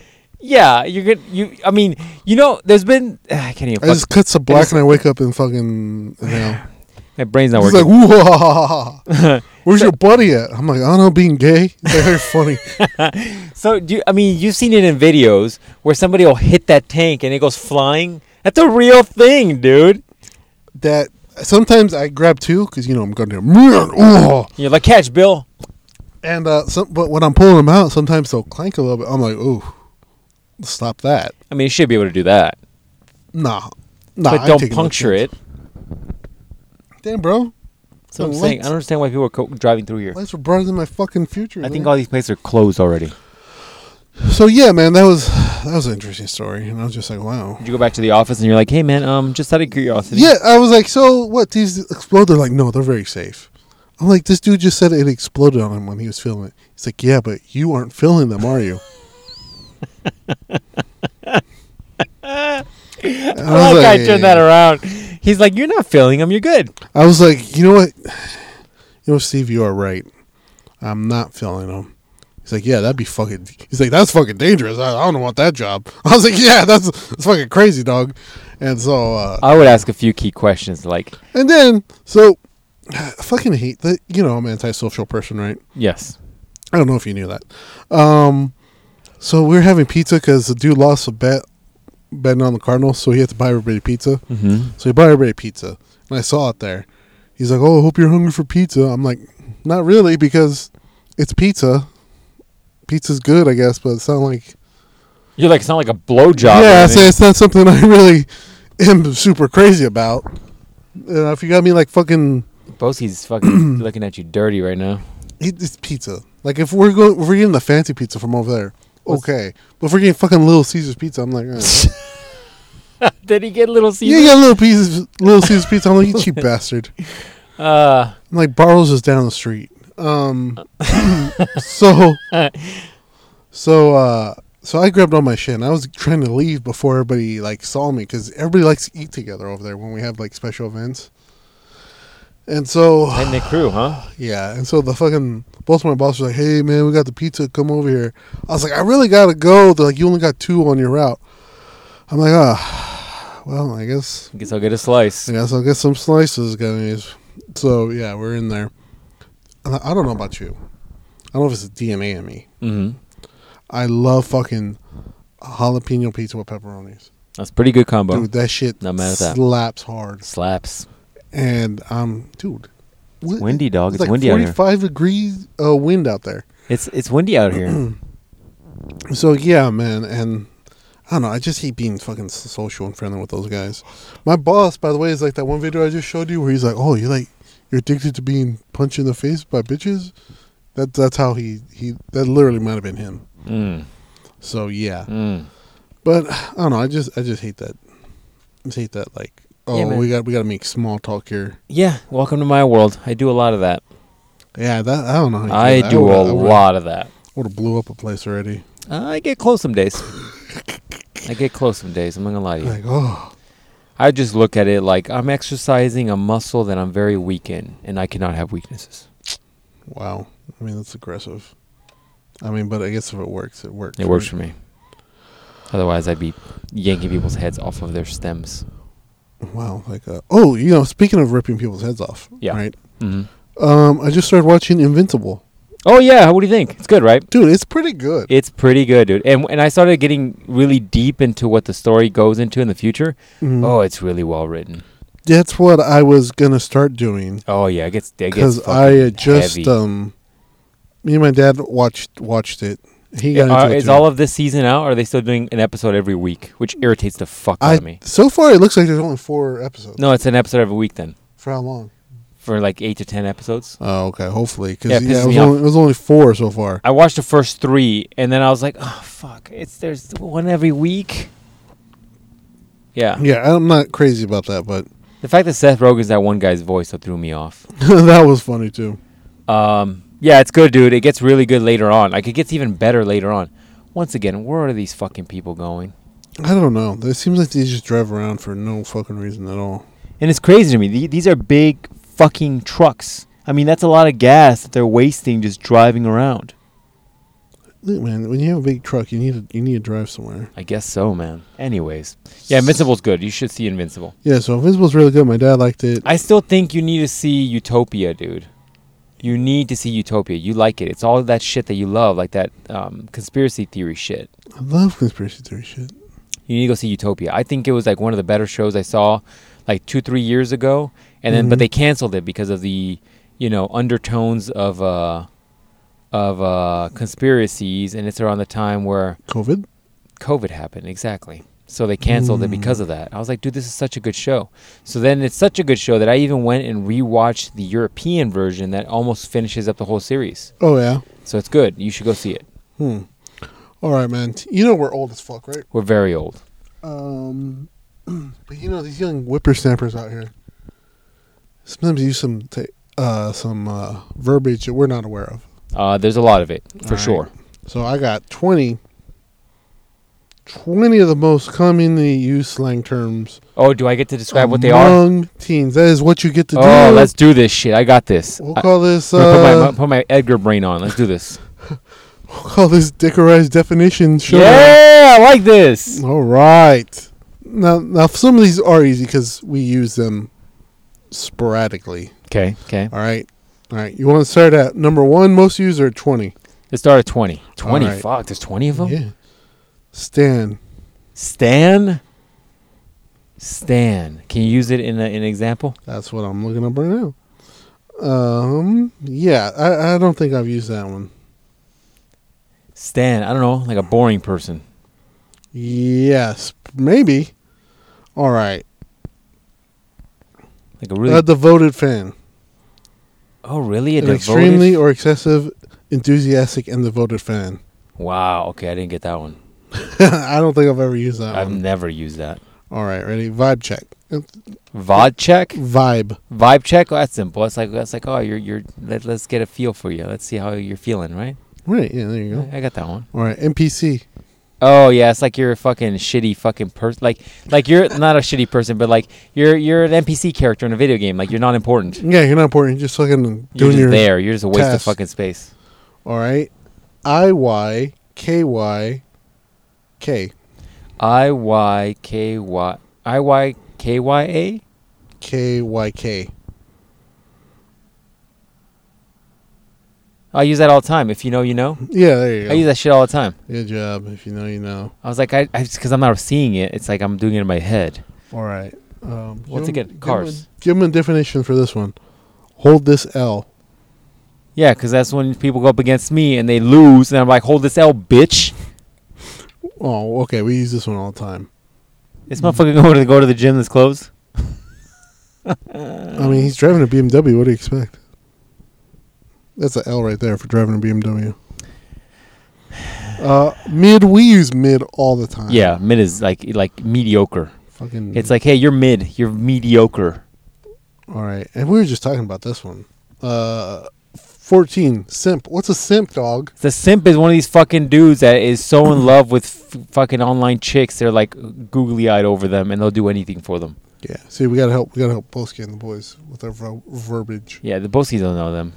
yeah, you're gonna you. I mean, you know, there's been I can't even.
I
fuck-
just cut some black
just-
and I wake up and fucking. You know,
my brain's not
he's
working.
like, "Woo, ha, ha, ha, ha. Where's your buddy at? I'm like, I don't know, being gay. It's like, very funny.
So do you, I mean you've seen it in videos where somebody will hit that tank and it goes flying? That's a real thing, dude.
that sometimes I grab two because you know I'm going to man, oh.
You're like catch, Bill.
and uh, some, but when I'm pulling them out, sometimes they'll clank a little bit. I'm like, oh, stop that!
I mean, you should be able to do that,
Nah, nah.
but don't puncture it.
Damn, bro,
That's what I'm
The
saying. I
lights-
don't understand why people are co- driving through here.
lights were brighter than my fucking future.
I think all
man.
these places are closed already.
so. Yeah, man, that was that was an interesting story, and I was just like, wow.
Did you go back to the office and you're like, "Hey, man, um, just out of curiosity."
Yeah, I was like, so what? These explode? They're like, no, they're very safe. I'm like, this dude just said it exploded on him when he was filming it. He's like, yeah, but you aren't filming them, are you?
I like
was
how I
like-
turned Oh, that around. He's like, "You're not failing them. You're good."
I was like, you know what? You know, Steve, you are right. I'm not feeling him. He's like, yeah, that'd be fucking. He's like, that's fucking dangerous. I, I don't want that job. I was like, yeah, that's that's fucking crazy, dog. And so, uh,
I would ask a few key questions, like,
and then, so, I fucking hate that. You know, I'm an antisocial person, right?
"Yes,
I don't know if you knew that. Um, so we were having pizza because the dude lost a bet betting on the Cardinals, so he had to buy everybody pizza.
mm-hmm.
So he bought everybody pizza, and I saw it there. He's like, "Oh, I hope you're hungry for pizza." I'm like, "Not really, because it's pizza. Pizza's good, I guess, but it's not like
you're like, it's not like a blowjob."
yeah,
or
I
anything.
say it's not something I really am super crazy about. You know, if you got me like fucking,
Bosie's fucking looking at you dirty right now.
it- it's pizza. Like if we're going, if we're getting the fancy pizza from over there,
What's-
okay. But if we're getting fucking Little Caesars pizza, I'm like, eh.
Did he get little
you got Little Caesars, Little Caesars pizza. I'm like, you cheap bastard.
Uh,
I'm like Bartles is down the street. Um, so, so, uh, so I grabbed on my shit and I was trying to leave before everybody like saw me because everybody likes to eat together over there when we have like special events. And so,
and the crew, huh?
yeah, and so the fucking both my bosses were like, "Hey man, we got the pizza. Come over here." I was like, "I really gotta go." They're like, "You only got two on your route." I'm like, "Ah, well, I guess
Guess I'll get a slice.
I guess I'll get some slices, guys. So yeah, we're in there. And I I don't know about you. I don't know if it's DNA in me.
Mm-hmm.
I love fucking jalapeno pizza with pepperonis.
That's pretty good combo.
Dude, that shit
Not mad at that.
slaps hard.
Slaps.
And um, dude, what-
windy, dog. It's
like
windy out here.
Forty-five degrees uh, wind out there.
It's it's windy out here.
So yeah, man, and I don't know. I just hate being fucking s- social and friendly with those guys. My boss, by the way, is like that one video I just showed you where he's like, "Oh, you're like you're addicted to being punched in the face by bitches." That that's how he he that literally might have been him.
mm,
So yeah,
mm.
but I don't know. I just I just hate that. I just hate that. Like,
Yeah,
oh,
man.
we got we got to make small talk here.
Yeah, welcome to my world. I do a lot of that.
Yeah, that I don't know. how you
I
that.
do
would've-
a
I would've-
lot of that. Uh,
Would have blew up a place already.
I get close some days. I get close some days. I'm not gonna lie to you.
Like, oh,
I just look at it like I'm exercising a muscle that I'm very weak in, and I cannot have weaknesses.
wow. I mean, that's aggressive. I mean, but I guess if it works, it works.
It works
right?
for me. Otherwise, I'd be yanking people's heads off of their stems.
Wow, like uh, oh, you know, speaking of ripping people's heads off,
Yeah.
right?
hmm
Um, I just started watching Invincible,
Oh yeah, what do you think? It's good, right?
dude. It's pretty good.
It's pretty good, dude. And and I started getting really deep into what the story goes into in the future.
Mhm.
Oh, it's really well written.
That's what I was gonna start doing
Oh yeah, it gets it gets
because I
fucking
had just
heavy.
um, me and my dad watched watched it. He got
Are-
into it
is
too.
uh, all of this season out? Or are they still doing an episode every week, which irritates the fuck out
I
of me?
so far it looks like there's only four episodes.
No, it's an episode every week then
for how long?
for like eight to ten episodes.
Oh, okay. Hopefully, because
Yeah,
yeah,
it pisses
it, was
me off.
only, it was only four so far.
I watched the first three, and then I was like, oh fuck, it's there's one every week. Yeah,
Yeah, I'm not crazy about that, but
The fact that Seth Rogen's that one guy's voice that threw me off.
that was funny too.
Um, yeah, it's good, dude. It gets really good later on. Like it gets even better later on. Once again, where are these fucking people going?
I don't know. It seems like they just drive around for no fucking reason at all.
And it's crazy to me. The- These are big fucking trucks. I mean, that's a lot of gas that they're wasting just driving around.
Look, man, when you have a big truck, you need to, you need to drive somewhere.
I guess so, man. Anyways, yeah, Invincible's good. You should see Invincible.
Yeah, so Invincible's really good. My dad liked it.
I still think you need to see Utopia, dude. You need to see Utopia. You like it. It's all that shit that you love, like that um, conspiracy theory shit.
I love conspiracy theory shit.
You need to go see Utopia. I think it was like one of the better shows I saw, like two, three years ago, and then but
Mhm.
they canceled it because of the, you know, undertones of uh, of uh, conspiracies, and it's around the time where
COVID.
COVID happened, exactly. So they canceled it because of that. I was like, dude, this is such a good show. So then it's such a good show that I even went and rewatched the European version that almost finishes up the whole series.
Oh yeah.
So it's good. You should go see it.
Hmm. All right, man. You know we're old as fuck, right?
We're very old.
Um, but you know these young whippersnappers out here. Sometimes use some ta uh, some uh, verbiage that we're not aware of.
Uh, there's a lot of it, for
Alright.
sure.
So I got 20, 20 of the most commonly used slang terms.
Oh, do I get to describe what they are?
among teens. That is what you get to
Oh,
do.
let's do this shit. I got this.
We'll
I-
call this
I'm gonna
uh,
put, my, put my Edgar brain on. Let's do this.
we'll call this dickerized definition. Show.
Yeah, I like this.
All right. Now, now some of these are easy because we use them sporadically.
Okay, okay.
All right. All right. You want to start at number one most used or 20?
Let's start at 20. 20,
Alright.
fuck. There's 20 of them?
Yeah. Stan.
Stan. Stan. Can you use it in, a, in an example?
That's what I'm looking up right now. Um. Yeah. I, I don't think I've used that one.
Stan. I don't know, like a boring person.
Yes. Maybe. All right.
Like a really.
A devoted fan.
oh, really? A
An
devoted-
extremely or excessive enthusiastic and devoted fan.
Wow. Okay, I didn't get that one.
I don't think I've ever used that
I've
one.
never used that.
All right. Ready? Vibe check.
Vod check,
Vibe.
vibe check. Oh, that's simple. That's like that's like oh, you're you're. Let, let's get a feel for you. Let's see how you're feeling, right?
Right. Yeah. There you go.
I I got that one.
All right. NPC.
Oh yeah, it's like you're a fucking shitty fucking person. Like like you're not a shitty person, but like you're you're an NPC character in a video game. Like you're not important.
Yeah. You're not important. You're just fucking doing
You're just
your
there. You're just a waste of
task.
fucking space.
All right. I Y K Y K
I Y K Y I Y K Y A.
K Y K.
I use that all the time. If you know, you know.
Yeah, there you
I use
go.
that shit all the time.
Good job. If you know, you know.
I was like, I, I because I'm not seeing it. It's like I'm doing it in my head.
All right. Um, give
Once
'em-
again,
give 'em a-
cars.
Give him a definition for this one. Hold this L.
Yeah, because that's when people go up against me and they lose, and I'm like, hold this L, bitch.
Oh, okay. We use this one all the time.
This motherfucker going to go to the gym this close.
I mean, he's driving a BMW. What do you expect? That's an L right there for driving a BMW. Uh, mid. We use mid all the time.
Yeah, mid is like like mediocre.
Fucking.
It's like, hey, you're mid. You're mediocre.
All right. And we were just talking about this one. Uh 14 simp. What's a simp dog?
The simp is one of these fucking dudes that is so in love with f- fucking online chicks. They're like googly eyed over them, and they'll do anything for them.
Yeah. See, we got to help we got to help Boski and the boys with our ver- verbiage.
Yeah, the Boskies don't know them.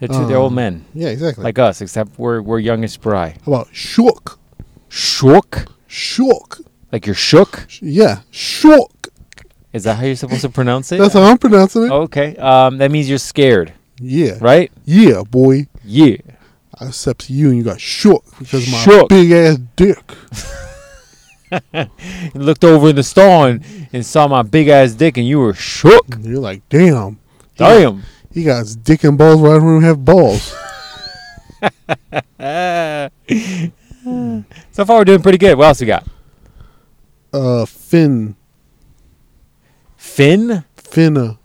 They're two, they're old
Um,
men
Yeah, exactly.
like us, except we're we're young and spry.
how about shook?
Shook,
Shook.
like you're shook.
Sh- Yeah, shook.
Is that how you're supposed to pronounce it?
That's how I'm pronouncing it.
okay. Um, that means you're scared,
Yeah.
right?
Yeah, boy.
Yeah.
I accept you and you got shook because of my
Shook.
big ass dick.
And looked over in the stall and, and saw my big ass dick, and you were shook.
And you're like, "Damn." He got-
Damn.
He got his dick and balls right when we have balls.
Ah. so far, we're doing pretty good. What else we got?
Uh fin
Fin,
finna.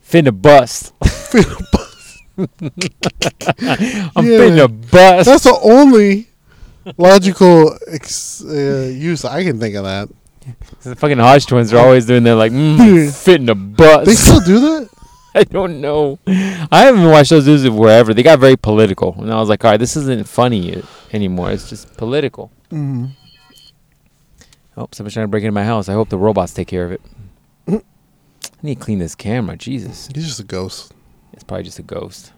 fin to bust. I'm
Yeah,
fin to bust.
That's the only logical ex- uh, use I can think of that.
The fucking Hodge twins are always doing that, like, mm, fit in a bus.
They still do that?
I don't know. I haven't watched those dudes in forever. They got very political, and I was like, all right, this isn't funny i- anymore. It's just political.
Mm.
Oh, someone's trying to break into my house. I hope the robots take care of it. I need to clean this camera. Jesus,
He's just a ghost.
it's probably just a ghost.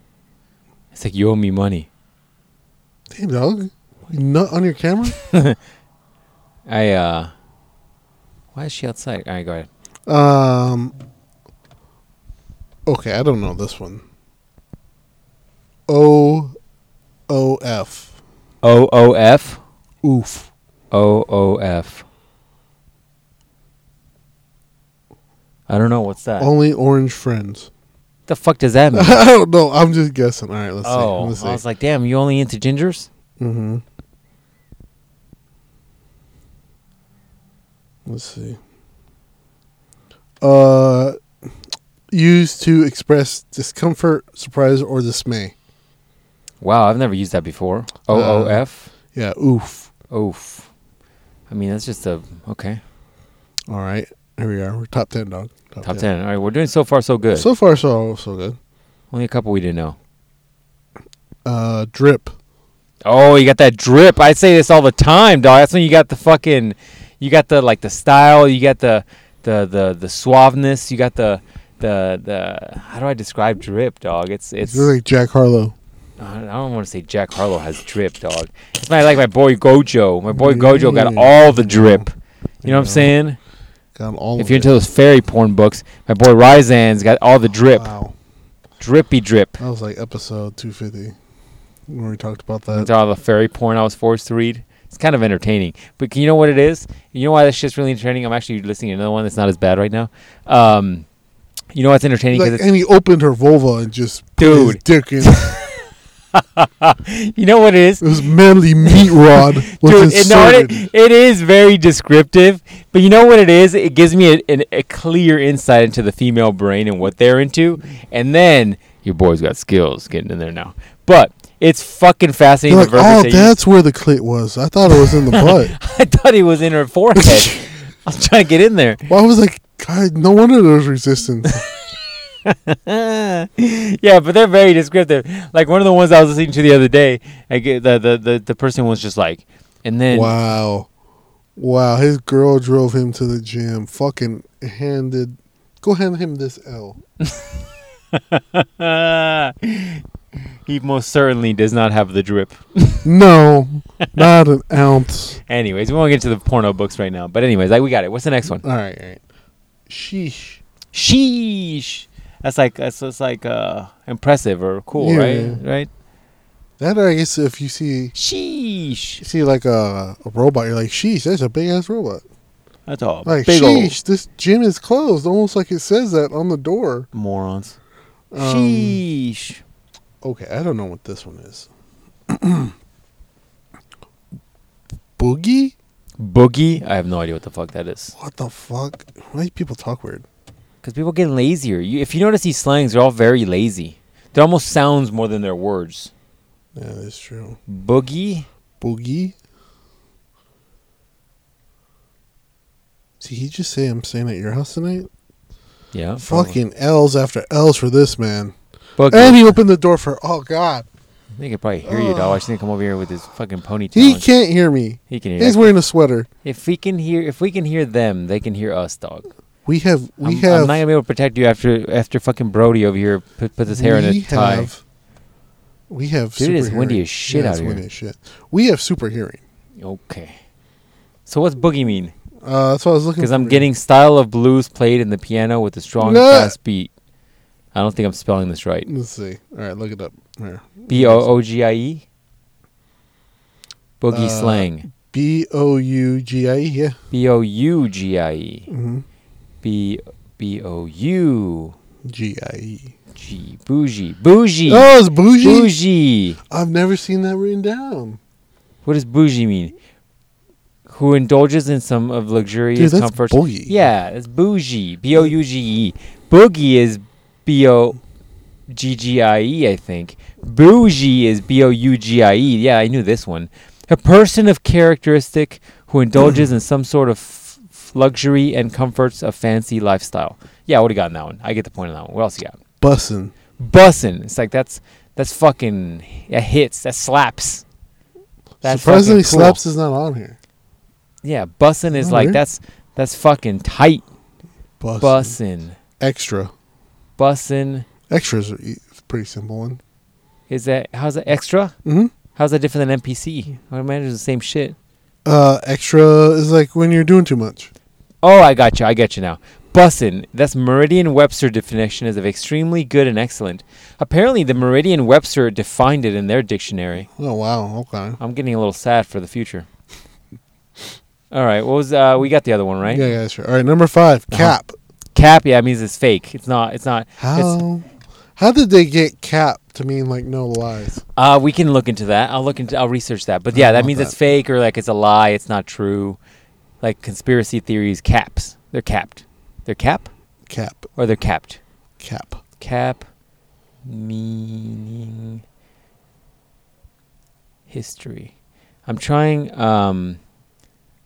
It's like you owe me money.
Damn dog. You nut on your camera?
I uh, why is she outside? All right, go ahead.
Um. Okay, I don't know this one. O, O F.
O O F
Oof.
O O F. I don't know what's that.
Only orange friends.
the fuck does that mean?
I don't know. I'm just guessing. All right, let's
Hmm. oh,
see. Let's
I was
see.
like, damn, you only into gingers?
mm-hmm. Let's see. Uh, used to express discomfort, surprise, or dismay.
Wow, I've never used that before.
Uh,
O O F.
Yeah. Oof.
Oof. I mean, that's just a okay.
All right. Here we are. We're top ten, dog.
Top ten. All right, we're doing so far so good.
So far, so so good.
only a couple we didn't know.
Uh, drip.
Oh, you got that drip. I say this all the time, dog. That's when you got the fucking, you got the like the style, you got the the the the suaveness, you got the the the. How do I describe drip, dog? It's it's.
It's like Jack Harlow.
I don't want to say Jack Harlow has drip, dog. It's not like my boy Gojo. My boy Gojo got
Yeah.
all the drip. You know what I'm
Mm. Yeah.
saying?
Got all.
If
of
you're
it.
into those fairy porn books, my boy Ryzan's got all the drip,
Wow.
drippy drip.
That was like episode 250 when we talked about
That's
that.
all the fairy porn I was forced to read. It's kind of entertaining. But can you know what it is? You know why this shit's really entertaining? I'm actually listening to another one that's not as bad right now. Um, you know what's entertaining?
Like,
Because
and he opened her vulva and just put his
Dude.
dick in. it eh.
you know what it is?
was manly meat rod was
Dude, it, no,
inserted.
it, it is very descriptive, but you know what it is? It gives me a, an, a clear insight into the female brain and what they're into. And then your boy's got skills getting in there now. But it's fucking
They're
fascinating.
like,
the verbiage
oh,
they use.
that's where the clit was. I thought it was in the butt.
I thought he was in her forehead. I was trying to get in there.
well, I was like, God, no wonder there's resistance.
yeah, but they're very descriptive. Like one of the ones I was listening to the other day, I get the the, the, the person was just like, and then
wow. Wow. His girl drove him to the gym. Fucking handed. Go hand him this L.
he most certainly does not have the drip.
No, not an ounce.
Anyways, we won't get to the porno books right now. But anyways, like we got it. What's the next one?
All right, all right. Sheesh.
Sheesh. That's like that's, that's like uh impressive or cool,
Yeah.
right? Right?
That I guess if you see you
Sheesh.
see like a, a robot, you're like, sheesh, that's a big ass robot.
That's all.
Like,
big ol'
sheesh, this gym is closed, almost like it says that on the door.
morons.
Um,
Sheesh.
Okay, I don't know what this one is. Boogie?
Boogie? I have no idea what the fuck that is.
What the fuck? Why do people talk weird?
Because people get lazier. You, if you notice these slangs, they're all very lazy. They're almost sounds more than their words.
Yeah, that's true.
Boogie?
Boogie? Did he just say I'm staying at your house tonight?
Yeah. probably.
Fucking L's after L's for this man.
Boogie.
And he opened the door for oh god.
they could probably hear you, dog. I should come over here with his fucking ponytail.
He
on.
can't hear me.
He can hear.
He's
that.
wearing a sweater.
If we can hear, if we can hear them, they can hear us, dog.
We have we
I'm,
have
I'm not gonna be able to protect you after after fucking Brody over here put, puts his hair in
we
a tie.
Have, we have
Dude, it is
super
windy
hearing.
as shit
yeah,
out
it's
here.
windy as shit. We have super hearing.
Okay. So what's boogie mean?
Uh, that's what I was looking
Because
for.
I'm getting style of blues played in the piano with a strong
Nah.
fast beat. I don't think I'm spelling this right.
Let's see. All right, look it up. Here.
B O O G I E. Boogie
Uh,
slang.
B O U G I E. Yeah.
B O U G I E.
Mm-hmm.
B B O U
G I E.
G bougie bougie
Oh, it's bougie?
bougie.
I've never seen that written down.
What does bougie mean? Who indulges in some of luxurious
Dude, that's
comforts?
boogie.
Yeah, it's bougie. B O U G E. Boogie is B O G G I E, I think. Bougie is B O U G I E. Yeah, I knew this one. A person of characteristic who indulges in some sort of f- luxury and comforts of fancy lifestyle. Yeah, I would have gotten that one. I get the point on that one. What else you got?
Bussin'.
Bussin'. It's like that's that's fucking that hits. That slaps.
Surprisingly,
fucking cool.
slaps is not on here.
Yeah, bussin' is
Oh,
like
weird.
that's that's fucking tight.
Bussin'.
Bussin'.
Extra.
Bussin'
Extras are e- it's a pretty simple one.
is that how's that extra?
Mm-hmm.
How's that different than NPC? I would imagine it's the same shit.
Uh, extra is like when you're doing too much.
Oh, I got you. I get you now. Bussin. That's Meridian Webster definition is of extremely good and excellent. Apparently, the Meridian Webster defined it in their dictionary.
Oh wow, okay.
I'm getting a little sad for the future. All right, what was uh, we got the other one right?
Yeah, yeah, sure. All right, number five,
Uh-huh.
cap.
Cap, yeah, it means it's fake. It's not. It's not.
How? How did they get cap to mean like no lies?
Uh, we can look into that. I'll look into. I'll research that. But
I
yeah, that
want
means it's
that.
fake or like it's a lie. It's not true. Like conspiracy theories, caps. They're capped. They're cap
Cap,
or they're capped.
cap.
cap meaning history i'm trying um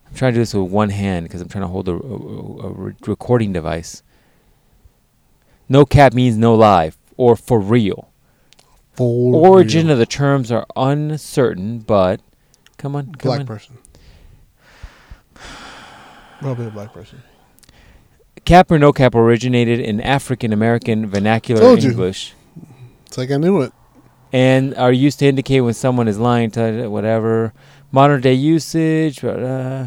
i'm trying to do this with one hand because i'm trying to hold a, a- a- a re- recording device no cap means no lie or for real
For
origin
real.
of the terms are uncertain but come on come
black
on
person. Probably a black person.
cap or no cap originated in african american vernacular
Told you.
english
It's like I knew it.
and are used to indicate when someone is lying to whatever modern day usage. Blah, blah.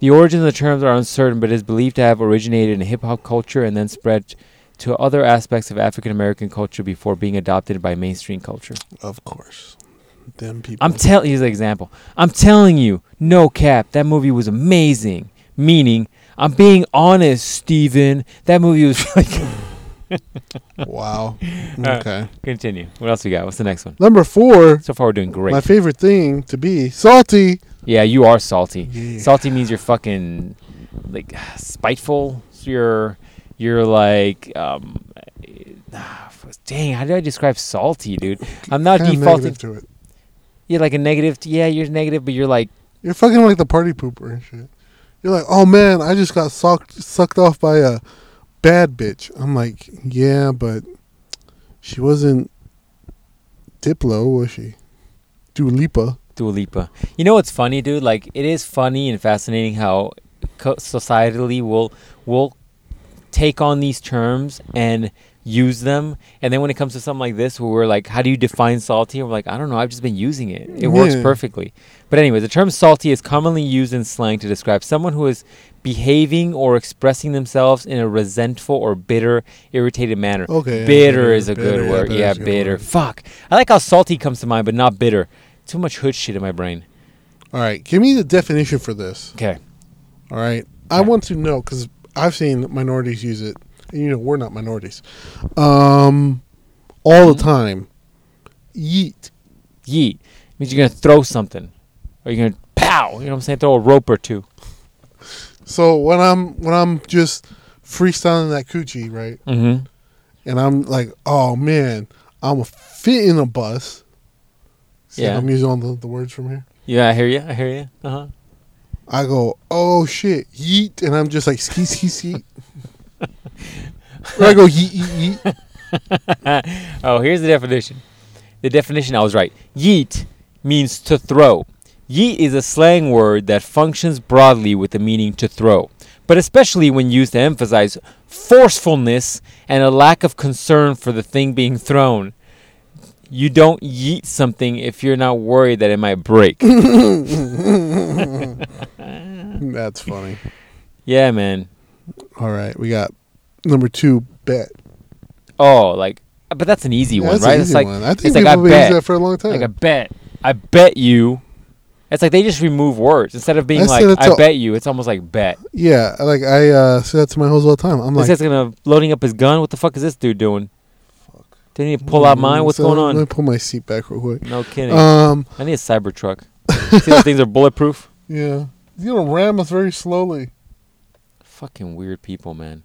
The origin of the terms are uncertain, but is believed to have originated in hip hop culture and then spread to other aspects of African American culture before being adopted by mainstream culture.
Of course, them people.
I'm telling. Here's an example. I'm telling you, no cap. That movie was amazing. Meaning, I'm being honest, Steven. That movie was like.
wow.
Uh,
Okay.
Continue. What else we got? What's the next one?
Number four.
So far, we're doing great.
My favorite thing to be salty.
Yeah, you are salty.
Yeah.
Salty means you're fucking like spiteful. So you're you're like um ah, dang, how do I describe salty, dude? I'm not
Kinda
defaulting.
negative to it.
You're like a negative. Yeah, you're negative, but you're like
You're fucking like the party pooper and shit. You're like, oh man, I just got sucked sucked off by a bad bitch. I'm like, yeah, but she wasn't Diplo, was she? Dua Lipa.
Dua Lipa. You know what's funny, dude? Like it is funny and fascinating how co- societally will will take on these terms and use them, and then when it comes to something like this, where we're like, "How do you define salty?" We're like, "I don't know. I've just been using it. It works
Yeah.
perfectly." But anyway, the term "salty" is commonly used in slang to describe someone who is behaving or expressing themselves in a resentful or bitter, irritated manner.
Okay. yeah,
Bitter is a good
yeah,
word. Yeah,
is a good
bitter.
word.
Fuck. I like how salty comes to mind, but not bitter. Too much hood shit in my brain.
All right, give me the definition for this.
Okay.
All right, I want to know because I've seen minorities use it, and you know we're not minorities, um, all the time. Yeet.
Yeet. means you're going to throw something. Or you're going to pow. You know what I'm saying? Throw a rope or two.
So when I'm when I'm just freestyling that coochie, right?
Mm hmm.
and I'm like, oh man, I'm a fit in a bus. See,
Yeah.
I'm using all the, the words from here.
Yeah, I hear you. I hear you. Uh huh.
I go, oh shit, yeet, and I'm just like, ski, ski, ski. or I go, yeet, yeet, yeet.
oh, here's the definition. The definition, I was right. Yeet means to throw. Yeet is a slang word that functions broadly with the meaning to throw, but especially when used to emphasize forcefulness and a lack of concern for the thing being thrown. You don't yeet something if you're not worried that it might break.
That's funny.
yeah, man.
All right, we got number two, bet.
Oh, like, but that's an easy
Yeah,
one,
that's
right?
an
it's
easy
like,
one. I
it's
think
like,
people
I
have been
bet.
using that for a long time.
Like I bet, I bet you. It's like they just remove words instead of being
I
like
said it's
I
all-
bet you. It's almost like bet.
yeah, like I uh, say that to my hoes all the time. I'm
This
like,
guy's gonna loading up his gun. What the fuck is this dude doing? Did he pull out mine? What's
mm, so
going
Let me
on?
pull my seat back real quick.
No kidding.
Um,
I need a cyber truck. See those things are bulletproof.
yeah, he's gonna ram us very slowly.
Fucking weird people, man.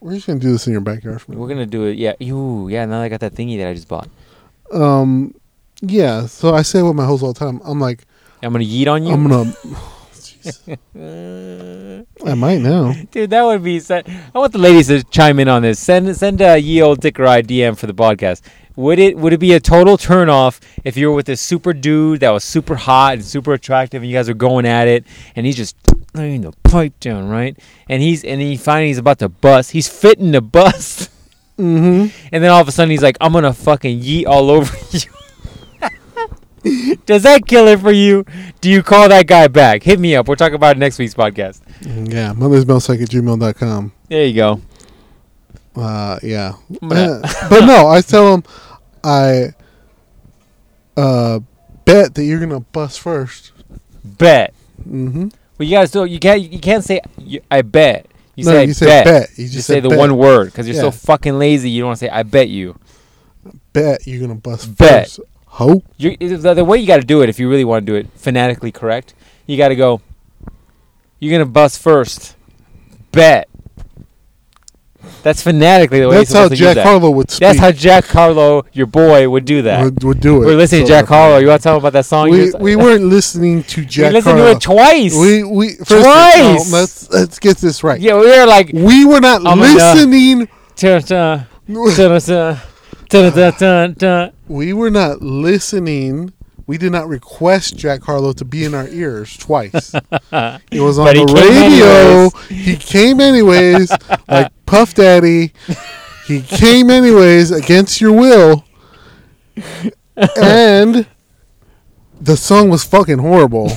We're just gonna do this in your backyard. For
We're gonna do it. Yeah. Ooh, yeah. Now I got that thingy that I just bought.
Um, yeah. So I say with my hoes all the time. I'm like,
I'm gonna yeet on you. Uh,
I'm gonna. Jeez. I might now.
Dude, that would be. Set. I want the ladies to chime in on this. Send send a ye old dicker eye DM for the podcast. Would it would it be a total turnoff if you were with this super dude that was super hot and super attractive, and you guys were going at it, and he's just laying the pipe down, right? And he's and he finally he's about to bust. He's fitting to bust,
Mm-hmm.
and then all of a sudden he's like, "I'm gonna fucking yeet all over you." Does that kill it for you? Do you call that guy back? Hit me up. We're talking about it next week's podcast.
Yeah, mothersmeltsuck at gmail.com.
There you go.
Uh, yeah.
I'm gonna-
Uh, but no, I tell him I uh, bet that you're going to bust first.
Bet.
Mm-hmm.
Well, you guys do. You can't. You can't say. You, I bet. You
no,
say. I
you
bet.
say bet. You
You
just
just say the
bet.
one word because you're so
Yeah.
fucking lazy. You don't want to say. I bet you.
bet you're going to bust
Bet.
first. Ho.
You the, the way you got to do it if you really want to do it phonetically correct. You got to go. You're gonna bust first. Bet. That's phonetically the way
That's
you're
how
supposed to do
Jack
that.
Harlow would speak.
That's how Jack Harlow, your boy, would do that.
would, would do it.
We're listening to
So-
Jack Harlow. You want to tell him about that song?
We, we weren't listening to Jack
listened
Harlow.
to it twice.
We we first of
Twice!
all, let's let's get this right.
yeah, we were like.
We were not
I'm gonna- uh,
listening.
Dun, dun, dun, dun, dun, dun, dun, dun.
We were not listening. We did not request Jack Harlow to be in our ears twice. it was on
But he
the
came
radio. He came anyways, like Puff Daddy. He came anyways against your will, and the song was fucking horrible.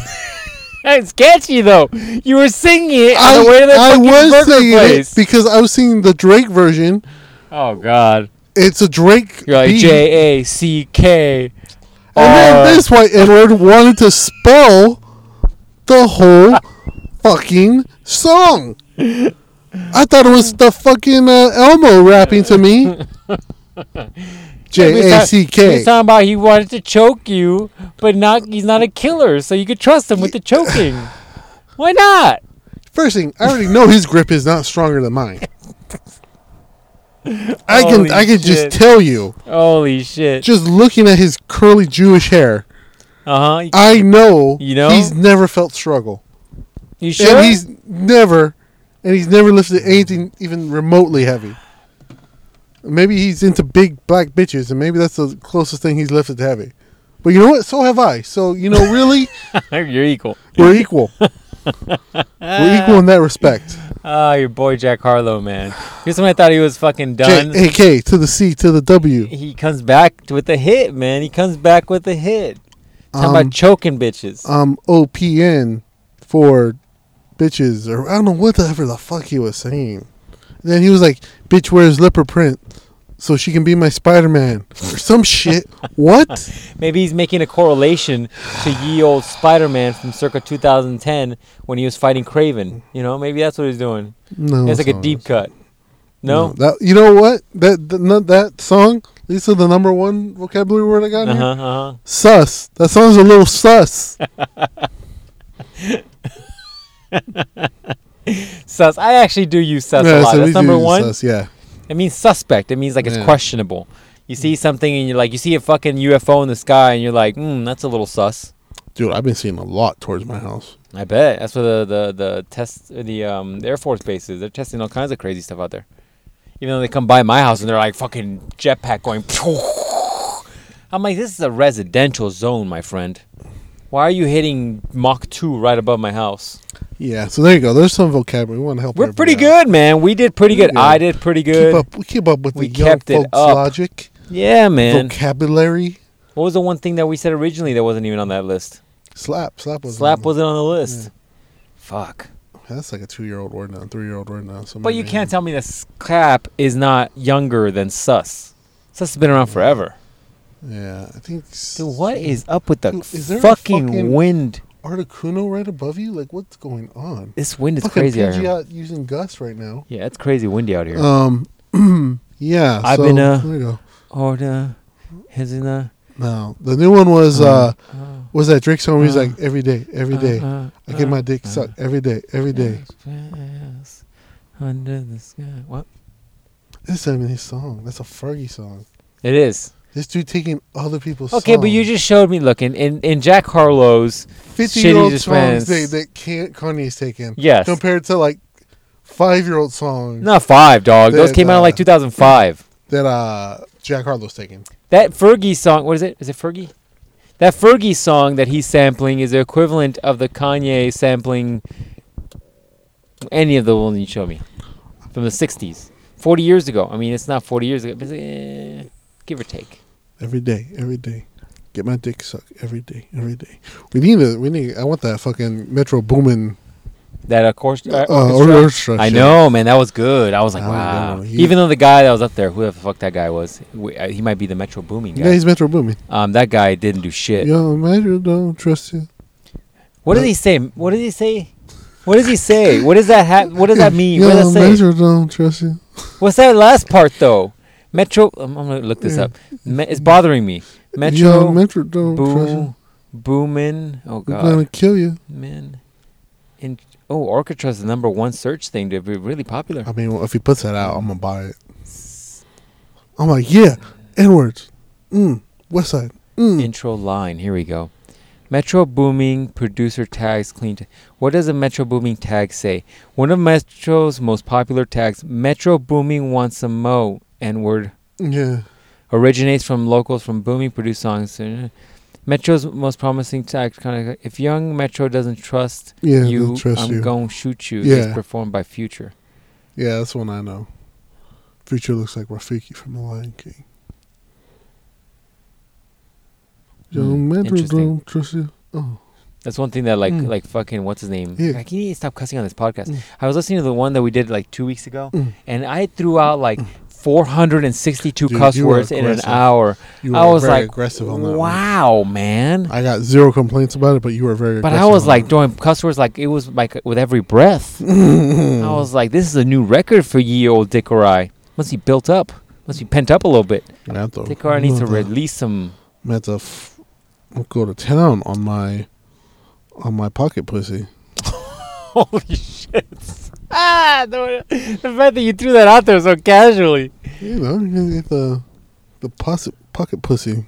It's catchy though. You were singing it on
I,
the way to the
I
fucking
was
burger
singing
place.
it because I was singing the Drake version.
oh god,
It's a Drake.
you're like
beat.
J A C K.
And
Uh,
then this white Edward wanted to spell the whole fucking song. I thought it was the fucking uh, Elmo rapping to me.
He was
J
ta-
A C
He
K.
was talking about he wanted to choke you, but not he's not a killer, so you could trust him with the choking. Why not?
First thing, I already know his grip is not stronger than mine. I
Holy
can I can
shit.
just tell you,
Holy shit.
just looking at his curly Jewish hair,
Uh huh.
I know,
You know?
he's never felt struggle.
You sure?
And he's never, and he's never lifted anything even remotely heavy. Maybe he's into big black bitches, and maybe that's the closest thing he's lifted to heavy. But you know what? So have I. So you know, really,
you're equal.
we're equal. we're equal in that respect.
Ah, your boy Jack Harlow, man. Here's when I thought he was fucking done.
J A K to the C to the W.
he comes back with a hit, man. He comes back with a hit. Talking
Um,
about choking bitches.
Um, O P N for bitches, or I don't know what the ever the fuck he was saying. then he was like, "Bitch wears leopard print, so she can be my Spider Man or some shit." What?
Maybe he's making a correlation to ye old Spider-Man from circa 2010 when he was fighting Craven. You know, maybe that's what he's doing.
No,
it's like a
not
deep
it.
cut. No.
that you know what that that, no, that song. These are the number one vocabulary word I got.
Uh
in
huh.
Here.
Uh huh.
Sus. That sounds a little sus.
Sus. I actually do use sus a
Yeah,
lot.
so we
That's
do
number
use
one.
Sus, yeah.
It means suspect. It means like it's
Yeah.
questionable. You see something and you're like, you see a fucking UFO in the sky and you're like, hmm, that's a little sus.
Dude, I've been seeing a lot towards my house.
I bet that's where the the the test the um the Air Force base is. They're testing all kinds of crazy stuff out there. Even though they come by my house and they're like fucking jetpack going. I'm like, this is a residential zone, my friend. Why are you hitting Mach two right above my house?
Yeah. So there you go. There's some vocabulary. We want to help.
We're
everybody
pretty
out.
good, man. We did pretty good.
Pretty good.
I did pretty good.
Keep up. We keep up with
We
the young
kept it
folks'
up.
logic,
Yeah, man.
vocabulary.
What was the one thing that we said originally that wasn't even on that list?
Slap. Slap was.
Slap
on
wasn't on the list. Fuck.
there. That's like a two-year-old word now, three-year-old word now. So
But you
maybe-
can't tell me that Scap is not younger than Sus. Sus has been around forever.
Yeah, I think. s-
Mm. Dude, what is up with the
Dude, is there a
fucking,
fucking-
wind?
Articuno right above you? Like, what's going on?
This wind is
Fucking
crazy out
PG
here.
out using Gus right now.
Yeah, it's crazy windy out here.
Um, yeah.
I've
so,
been, uh,
There you go.
or the, is in the,
No, the new one was uh,
uh,
was that Drake song? where He's
uh,
like every day, every day.
uh,
I get my dick
uh,
sucked every day, every day.
Express Under the sky. What?
This isn't even his song. That's a Fergie song.
It is.
This dude taking other people's
Okay, but you
songs.
just showed me. Look, in, in, in Jack Harlow's,
50
shitty
year old
just
songs
fans.
that, that can't Kanye's taken.
Yes.
Compared to like five year old songs
not five, dog. Those
That,
came out in like
uh,
2005.
that uh Jack Harlow's taking.
That Fergie song, what is it? Is it Fergie? That Fergie song that he's sampling is the equivalent of the Kanye sampling any of the ones you show me from the 60s. 40 years ago. I mean, it's not 40 years ago, but it's, eh, give or take.
Every day, every day. Get my dick sucked every day, every day. We need a we need I want that fucking Metro Boomin
That, of course,
uh,
uh,
orchestra.
orchestra. I know, man. That was good. I was like,
I don't
wow.
know. He-
Even though the guy that was up there, whoever the fuck that guy was, we, uh, he might be the Metro Booming
Yeah,
guy.
he's Metro Boomin.
Um, that guy didn't do shit.
Yo, Metro don't trust you.
What did he say? What did he say? What does he say? What does that ha- What does that mean?
Yo,
What does that say?
Metro don't trust you.
What's that last part though? Metro. I'm, I'm gonna look this
Yeah.
up. Me- it's bothering me.
Mm. Yo,
Metro.
Metro don't trust you.
boom. Boomin. Oh
We're gonna
god.
kill you.
Man. In- oh, Orchestra's the number one search thing to be really popular.
I mean, well, if he puts that out, I'm gonna buy it. Mm. I'm like, yeah, N words, mm, West Side, mm.
Intro line. Here we go. Metro Booming producer tags clean. T- what does a Metro Booming tag say? One of Metro's most popular tags. Metro Booming wants some mo. N word.
yeah.
originates from locals from booming produced songs. uh, Metro's most promising act kind of if young Metro doesn't trust
Yeah,
you,
they'll trust
I'm
you.
gonna shoot you. is
Yeah.
performed by Future.
Yeah, that's one I know. Future looks like Rafiki from The Lion King. Yo,
Hmm,
Metro
interesting.
don't trust you. Oh,
That's one thing that like
Mm.
like fucking what's his name?
Yeah.
I can't even stop cussing on this podcast.
Mm.
I was listening to the one that we did like two weeks ago,
Mm.
and I threw out like 462
Dude,
cuss
you were
words in an
aggressive.
hour.
you
I was like,
aggressive one.
wow, man.
I got zero complaints about it, but you were very.
but I
aggressive
was
on
like
that
doing cuss words like it was like with every breath.
one.
I was like, this is a new record for ye old Dickorai. Must be built up. Must be pent up a little bit.
That though.
Dickorai needs to
That-
release some.
meant to f- go to town on my on my pocket pussy.
Holy shit. Ah, the, the fact that you threw that out there so casually.
You know, you can get the the pocket pocket pussy.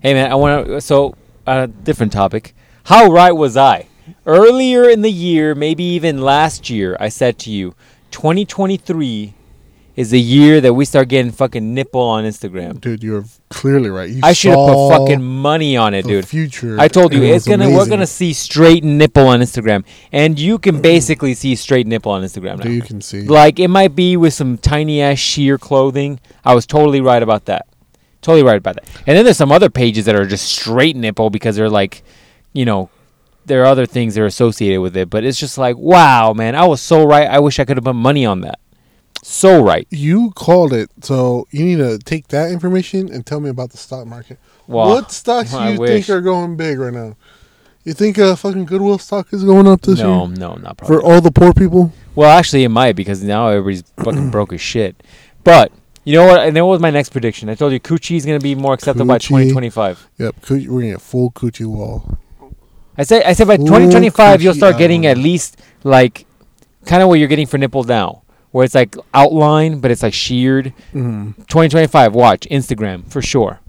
Hey, man, I want to. So, uh, different topic. How right was I? Earlier in the year, maybe even last year, I said to you, 2023 is the year that we start getting fucking nipple on Instagram.
Dude, you're clearly right. You
I should have put
saw
fucking money on it,
the
dude.
future.
I told you
and it
it's
was
gonna we're
amazing.
gonna see straight nipple on Instagram, and you can basically see straight nipple on Instagram
Dude,
now.
you can see.
Like it might be with some tiny ass sheer clothing. I was totally right about that. Totally right about that. And then there's some other pages that are just straight nipple because they're like, you know, there are other things that are associated with it. But it's just like, wow, man, I was so right. I wish I could have put money on that. So right.
You called it, so you need to take that information and tell me about the stock market.
Wow.
what stocks do
I
you
wish.
think are going big right now? You think uh, fucking Goodwill stock is going up this
no,
year
no, not probably.
for all the poor people?
Well, actually, it might because now everybody's fucking broke as shit. But you know what? And then what was my next prediction? I told you Coochie is going to be more accepted by
Coochie.
2025.
Yep, coo- we're gonna get full coochie wall.
I said, I said by
Ooh,
2025 you'll
Coochie
start getting at
Island.
least like kind of what you're getting for nipple now, where it's like outline but it's like sheared.
Mm.
2025, watch Instagram for sure.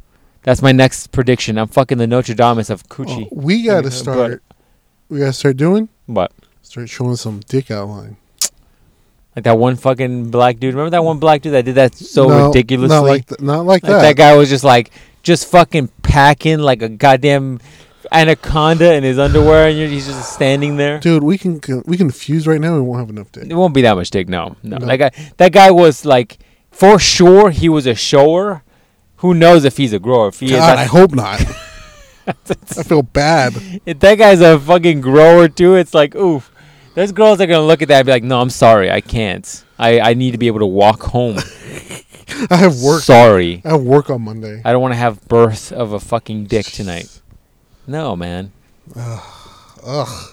That's my next prediction. I'm fucking the Notre Dame of
Oh,
Coochie.
we
Let me
gotta
go,
start. We gotta start doing.
But
Start showing some dick outline.
like that one fucking black dude. Remember that one black dude that did that so
No,
ridiculously?
Not like, th- not like,
Like that.
that.
guy was just like, just fucking packing like a goddamn anaconda in his underwear, and you're, he's just standing there.
Dude, we can con- we can fuse right now. We won't have enough dick.
It won't be that much dick. No, no.
No.
That guy, that guy was like, for sure, he was a shower. Who knows if he's a grower? If he is,
God, I
that's-
hope not. I feel bad.
if that guy's a fucking grower too, it's like, oof. Those girls are gonna look at that and be like, no, I'm sorry, I can't. I, I need to be able to walk home.
I have work.
Sorry.
I have work on Monday.
I don't want to have birth of a fucking dick tonight. No, man.
Ugh.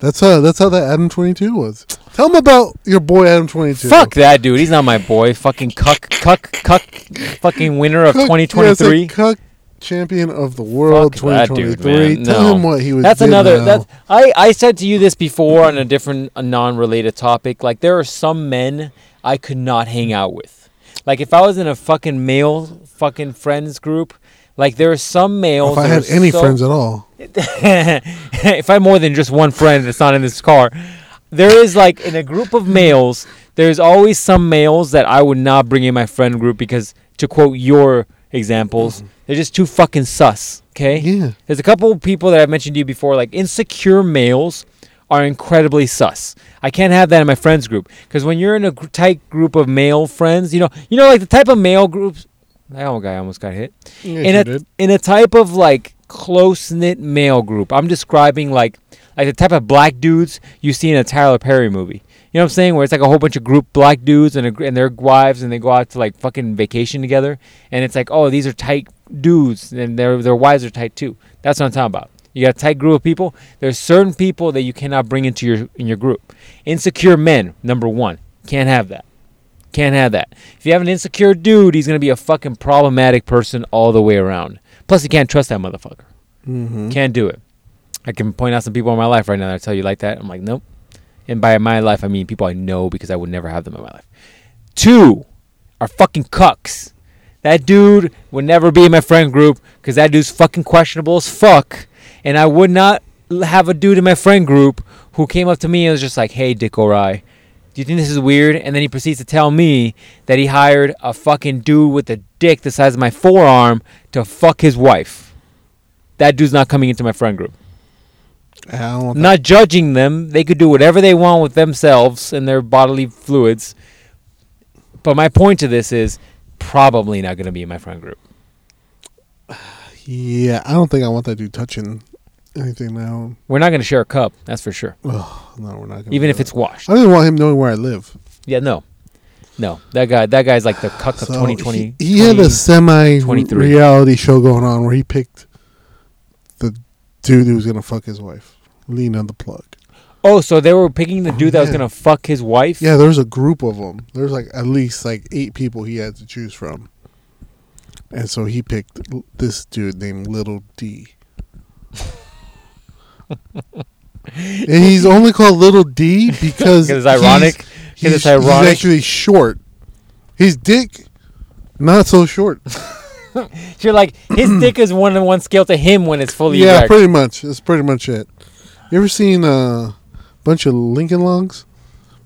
That's how that's how that Adam twenty two was. Tell them about your boy Adam twenty two.
Fuck that dude. He's not my boy. Fucking cuck, cuck, cuck. Fucking winner of 2023.
Cuck champion of the world
Fuck
twenty
that
twenty
dude,
three.
man.
Tell
No.
him what he was.
that's
doing
another.
now.
That's I. I said to you this before on a different, a non-related topic. Like there are some men I could not hang out with. Like if I was in a fucking male fucking friends group, like there are some males.
If I
that
had
are
any
so-
friends at all,
if I had more than just one friend that's not in this car, there is like in a group of males, there's always some males that I would not bring in my friend group because, to quote your examples, they're just too fucking sus. Okay.
yeah,
There's a couple of people that I've mentioned to you before, like insecure males are incredibly sus. I can't have that in my friends group because when you're in a gr- tight group of male friends, you know, you know, like the type of male groups. Oh, guy almost got hit in a in a type of like close knit male group. I'm describing like like the type of black dudes you see in a Tyler Perry movie. You know what I'm saying? Where it's like a whole bunch of group black dudes and a, gr- and their wives, and they go out to like fucking vacation together, and it's like, oh, these are tight dudes, and their their wives are tight too. That's what I'm talking about. You got a tight group of people. There's certain people that you cannot bring into your in your group. Insecure men, number one, can't have that. Can't have that. If you have an insecure dude, he's gonna be a fucking problematic person all the way around. Plus, you can't trust that motherfucker.
hmm
Can't do it. I can point out some people in my life right now that I tell you like that. I'm like, nope. And by my life, I mean people I know because I would never have them in my life. Two are fucking cucks. That dude would never be in my friend group because that dude's fucking questionable as fuck. And I would not l- have a dude in my friend group who came up to me and was just like, hey, Dick O'Reilly, do you think this is weird? And then he proceeds to tell me that he hired a fucking dude with a dick the size of my forearm to fuck his wife. That dude's not coming into my friend group
I don't want
not judging them. They could do whatever they want with themselves and their bodily fluids. But my point to this is probably not going to be in my friend group.
that. Yeah, I don't think I want that dude touching anything now.
We're not going to share a cup, that's for sure.
Ugh, no, we're not. Gonna
Even
do
if
that.
it's washed.
I don't even want him knowing where I live.
Yeah, no. No. That guy that guy's like the cuck of
So
2020.
He, he had a
20
semi
23.
reality show going on where he picked the dude who was gonna fuck his wife. Lean on the plug.
oh, so they were picking the dude that was
yeah.
going to fuck his wife?
Yeah, there's a group of them. There's like at least like eight people he had to choose from, and so he picked l- this dude named Little D. and he's only called Little D because
Because it's ironic.
He's,
Because it's
he's
ironic.
actually short. His dick, not so short.
You're like, his dick is one on one scale to him when it's fully
yeah,
erect.
pretty much. That's pretty much it. You ever seen a bunch of Lincoln Logs?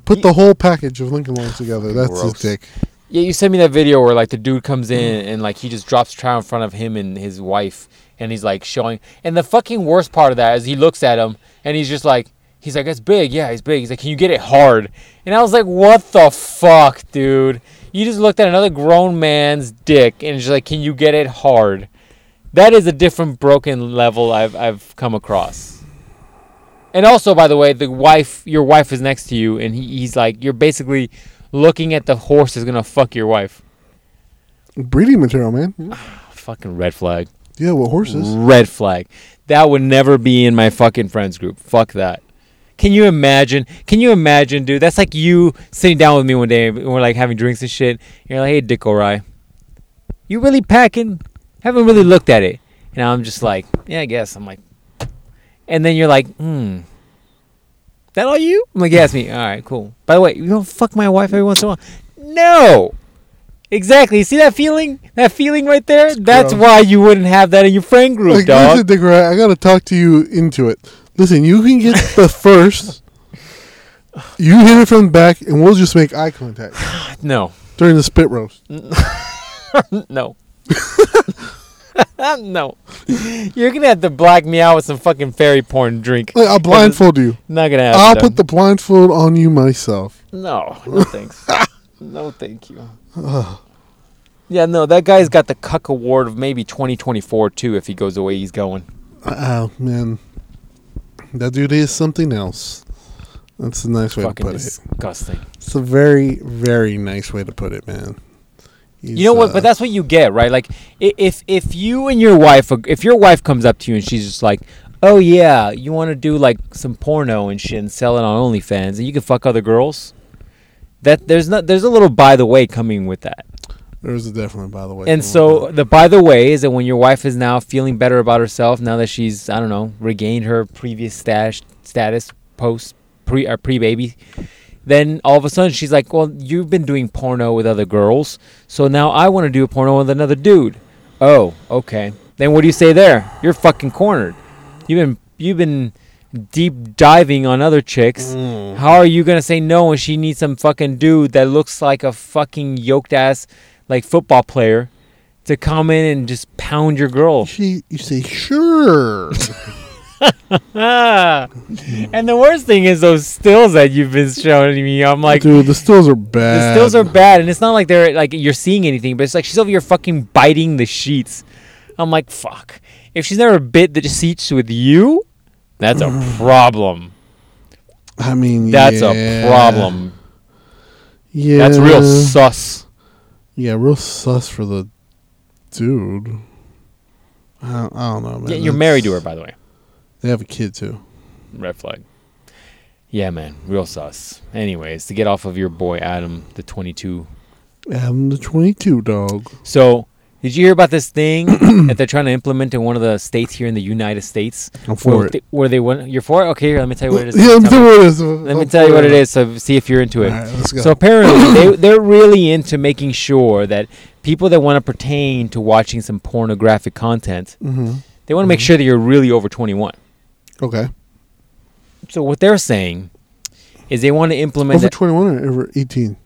Put the whole package of Lincoln Logs together. That's
Gross.
his dick.
Yeah, you sent me that video where like the dude comes in and like he just drops trout in front of him and his wife, and he's like showing. And the fucking worst part of that is he looks at him and he's just like, he's like, "That's big, yeah, he's big." He's like, "Can you get it hard?" And I was like, "What the fuck, dude? You just looked at another grown man's dick and just like, can you get it hard?" That is a different broken level I've I've come across. And also, by the way, the wife, your wife is next to you, and he, he's like, you're basically looking at the horse is gonna fuck your wife.
Breeding material, man.
Fucking red flag.
Yeah, well, horses.
Red flag. That would never be in my fucking friends group. Fuck that. Can you imagine? Can you imagine, dude? That's like you sitting down with me one day and we're like having drinks and shit. And you're like, hey, Dick O'Reilly, you really packing? Haven't really looked at it. And I'm just like, yeah, I guess. I'm like, and then you're like, hmm. That all you? I'm like, yeah, it's me. All right, cool. By the way, you don't fuck my wife every once in a while. No. Exactly. You See that feeling? That feeling right there? That's
gross.
why you wouldn't have that in your friend group,
Like,
dog.
listen, Dick, Rat, I gotta talk to you into it. Listen, you can get the first. You hit it from the back, and we'll just make eye contact
No.
during the spit roast.
no. no. You're gonna have to black me out with some fucking fairy porn drink.
Like, I'll blindfold you.
Not gonna happen.
I'll
dog.
put the blindfold on you myself.
No, no thanks. no thank you. yeah, no, that guy's got the cuck award of maybe 2024 too if he goes the way he's going.
Oh man, that dude is something else. That's a nice way
Fucking
to put it.
disgusting.
It's a very, very nice way to put it, man. uh,
You know what? But that's what you get, right? Like i- if if you and your wife, ag- if your wife comes up to you and she's just like, "Oh yeah, you want to do like some porno and shit and sell it on OnlyFans and you can fuck other girls," that there's not there's a little by the way coming with that.
there's a definitely by the way.
And so the by the way is that when your wife is now feeling better about herself, now that she's I don't know regained her previous stash status post pre or pre baby, uh, Then all of a sudden she's like, "Well, you've been doing porno with other girls, so now I want to do a porno with another dude." Oh, okay. Then what do you say there? You're fucking cornered. You've been you've been deep diving on other
Mm.
chicks.
Mm-hmm.
How are you gonna say no when she needs some fucking dude that looks like a fucking yoked ass like football player to come in and just pound your girl?
She, you say sure.
Ah. And the worst thing is those stills that you've been showing me. I'm like,
dude, the stills are
the
bad.
stills are bad, and it's not like they're like you're seeing anything, but it's like she's over here fucking biting the sheets. I'm like, fuck. If she's never bit the sheets with you, that's a problem.
I mean,
That's
yeah.
a problem.
Yeah,
That's real sus.
Yeah, real sus for the dude. I don't, I don't know, man.
Yeah, you're
That's-
married to her, by the way.
They have a kid too.
Red flag. Yeah, man, real sus. Anyways, to get off of your boy Adam, the 22
Adam the twenty-two dog.
So, did you hear about this thing that they're trying to implement in one of the states here in the United States?
I'm for
where
it.
They, where they want you're for it? Okay, here, let me tell you what it is.
Yeah,
Tell
I'm
me-
doing this.
let me tell you what it is. So see if you're into
All
it.
right, let's go.
So apparently they they're really into making sure that people that want to pertain to watching some pornographic content,
hmm
they want to make sure that you're really over 21.
Okay.
So what they're saying is they want to implement
Over
that,
21 or over 18?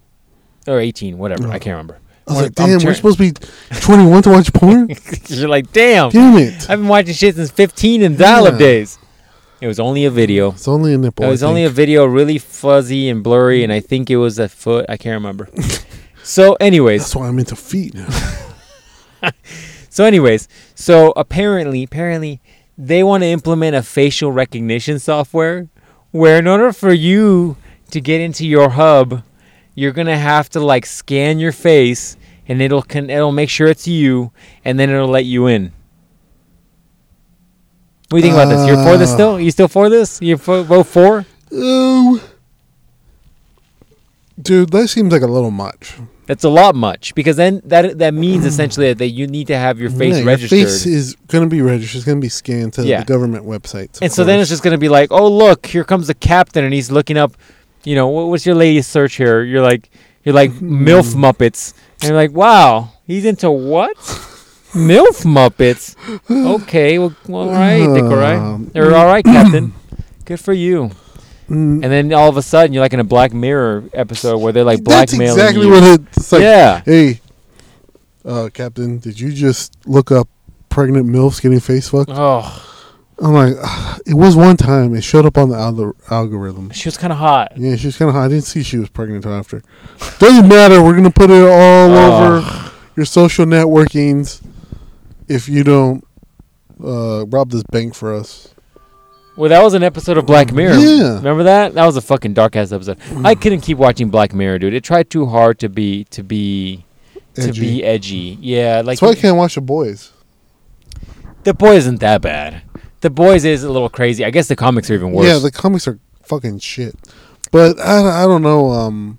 or 18, whatever.
No.
I can't remember.
I was
Or-
like,
I'm
damn, we're
turn-
supposed to be 21 to watch porn?
you're like, damn.
damn it.
I've been watching shit since 15 and dial-up
Yeah.
days. It was only a video.
It's only a nipple.
It was
I
only a
think.
video, really fuzzy and blurry, and I think it was a foot. I can't remember. so, anyways,
That's why I'm into feet.
so anyways, so apparently, apparently, they want to implement a facial recognition software where, in order for you to get into your hub, you're gonna have to like scan your face, and it'll con- it'll make sure it's you, and then it'll let you in. What do you think about this? You're for this
Uh.
still? You still for this? You fo- vote for?
Ooh. Oh. Dude, that seems like a little much.
That's a lot much because then that that means essentially that you need to have your face
Yeah, your
registered.
face is going to be registered. It's going to be scanned to
Yeah.
the government websites. of
and so then it's
course.
just going to be like, oh look, here comes the captain, and he's looking up. You know, what, what's your latest search here? You're like, you're like milf muppets, and you're like, wow, he's into what? milf muppets. Okay, well, well, all right, Dick, all right,
Um,
or all right, captain. Good for you.
Mm,
And then all of a sudden, you're like in a Black Mirror episode where they're like
That's
blackmailing
exactly
you.
what it- it's like.
yeah.
Hey, uh, Captain, did you just look up pregnant MILFs getting face fucked?
Oh,
I'm like, "Ugh." it was one time. It showed up on the algor- algorithm.
she was kind of hot.
Yeah, she was kind of hot. I didn't see she was pregnant until after. Doesn't matter. We're gonna put it all over your social networkings if you don't uh, rob this bank for us.
Well, that was an episode of Black Mirror.
Yeah.
Remember that? That was a fucking dark ass episode. I couldn't keep watching Black Mirror, dude. It tried too hard to be to be to
Edgy.
be edgy. Yeah, like
That's why I can't watch the boys.
the boy isn't that bad. The boys is a little crazy. I guess the comics are even worse.
Yeah, the comics are fucking shit. But I, I don't know. Um,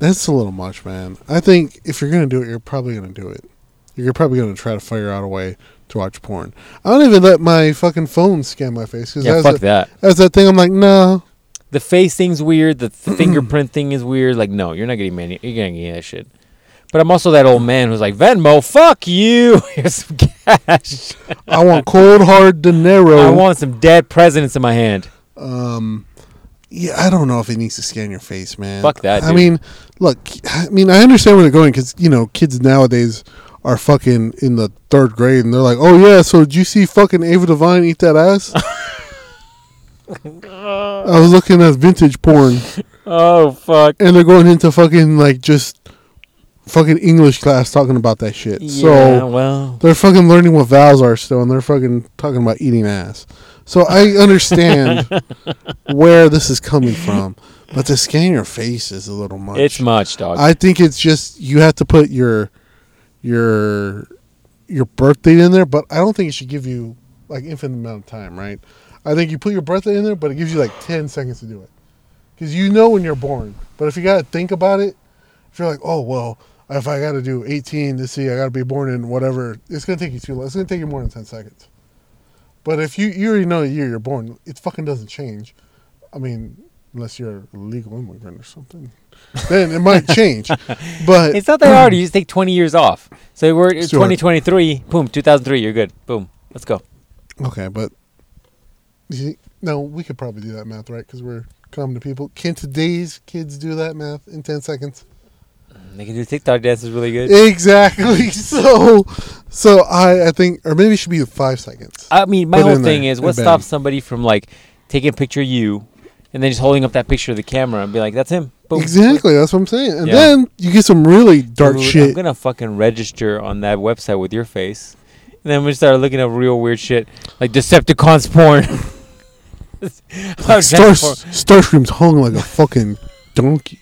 that's a little much, man. I think if you're gonna do it, you're probably gonna do it. You're probably gonna try to figure out a way to watch porn. I don't even let my fucking phone scan my face because
yeah,
as,
fuck
that-
that.
as that thing, I'm like, no,
The face thing's weird. The th- fingerprint thing is weird. Like, no, you're not getting many. You're gonna get that shit. But I'm also that old man who's like Venmo. Fuck you. Here's some cash.
I want cold hard dinero.
I want some dead presidents in my hand.
Um, yeah, I don't know if it needs to scan your face, man.
Fuck that,
I
dude.
mean, look, I mean, I understand where they're going because you know kids nowadays are fucking in the third grade and they're like, oh yeah, so did you see fucking Ava Devine eat that ass? I was looking at vintage porn
Oh fuck.
and they're going into fucking like just fucking English class talking about that shit.
yeah,
So
well.
they're fucking learning what vowels are still, and they're fucking talking about eating ass. So I understand where this is coming from, but to scan your face is a little much.
It's much, dog.
I think it's just you have to put your your your birth date in there, but I don't think it should give you like infinite amount of time, right? I think you put your birth date in there, but it gives you like ten seconds to do it because you know when you're born. But if you gotta think about it, if you're like, oh well, if I gotta do 18 to see, I gotta be born in whatever, it's gonna take you too long. It's gonna take you more than 10 seconds. But if you you already know the year you're born, it fucking doesn't change. I mean, unless you're a legal immigrant or something. Then it might change. But
It's not that hard. You just take 20 years off. So we're it's
Sure.
2023. Boom, 2003. You're good. Boom. Let's go.
okay, but you see- no, we could probably do that math, right? Because we're common to people. Can today's kids do that math in ten seconds?
They can do TikTok dances really good.
Exactly. So, so I I think, or maybe it should be five seconds.
I mean, my
Put it
whole
in
thing
there.
is, what
Bang.
stops somebody from like taking a picture of you and then just holding up that picture to the camera and be like, "That's him." Boom.
Exactly. That's what I'm saying. And
Yeah.
then you get some really dark
Dude, I'm
shit.
gonna fucking register on that website with your face, and then we start looking up real weird shit like Decepticons porn. How
Star,
Transform-
Starscream's hung like a fucking donkey.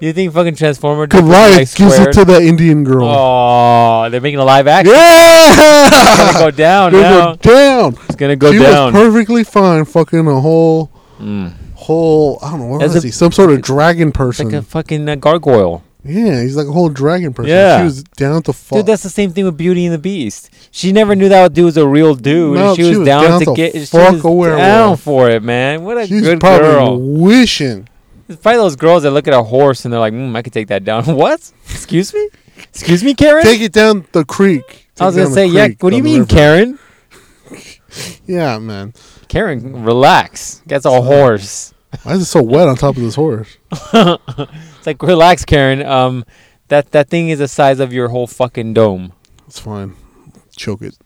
you think fucking Transformer? did
Goliath
like
gives it
squared?
to that Indian girl.
Oh, they're making a live action. It's gonna
Yeah,
Oh. go down
They
now.
go down.
it's gonna go
she
down.
was perfectly fine, fucking a whole,
Mm.
whole. I don't know what
As
was
a-
he? Some sort of dragon
It's like
person.
a fucking uh, gargoyle.
yeah, he's like a whole dragon person.
Yeah.
she was down to fuck.
Dude, that's the same thing with Beauty and the Beast. She never knew that dude was a real dude.
No,
and she, was down, to,
to
get. She
fuck
was
a werewolf.
down for it, man. What a
She's
good
probably
girl.
wishing.
It's probably those girls that look at a horse and they're like, mm, I could take that down. what? Excuse me? Excuse me, Karen?
Take it down the creek. Take
I was
it
gonna
down the
say, yeah.
creek,
What do you
down the
mean,
river.
Karen?
Yeah, man.
Karen, relax. That's a horse.
Why is it so wet on top of this horse?
It's like, relax, Karen. Um, that that thing is the size of your whole fucking dome.
It's fine. Choke it.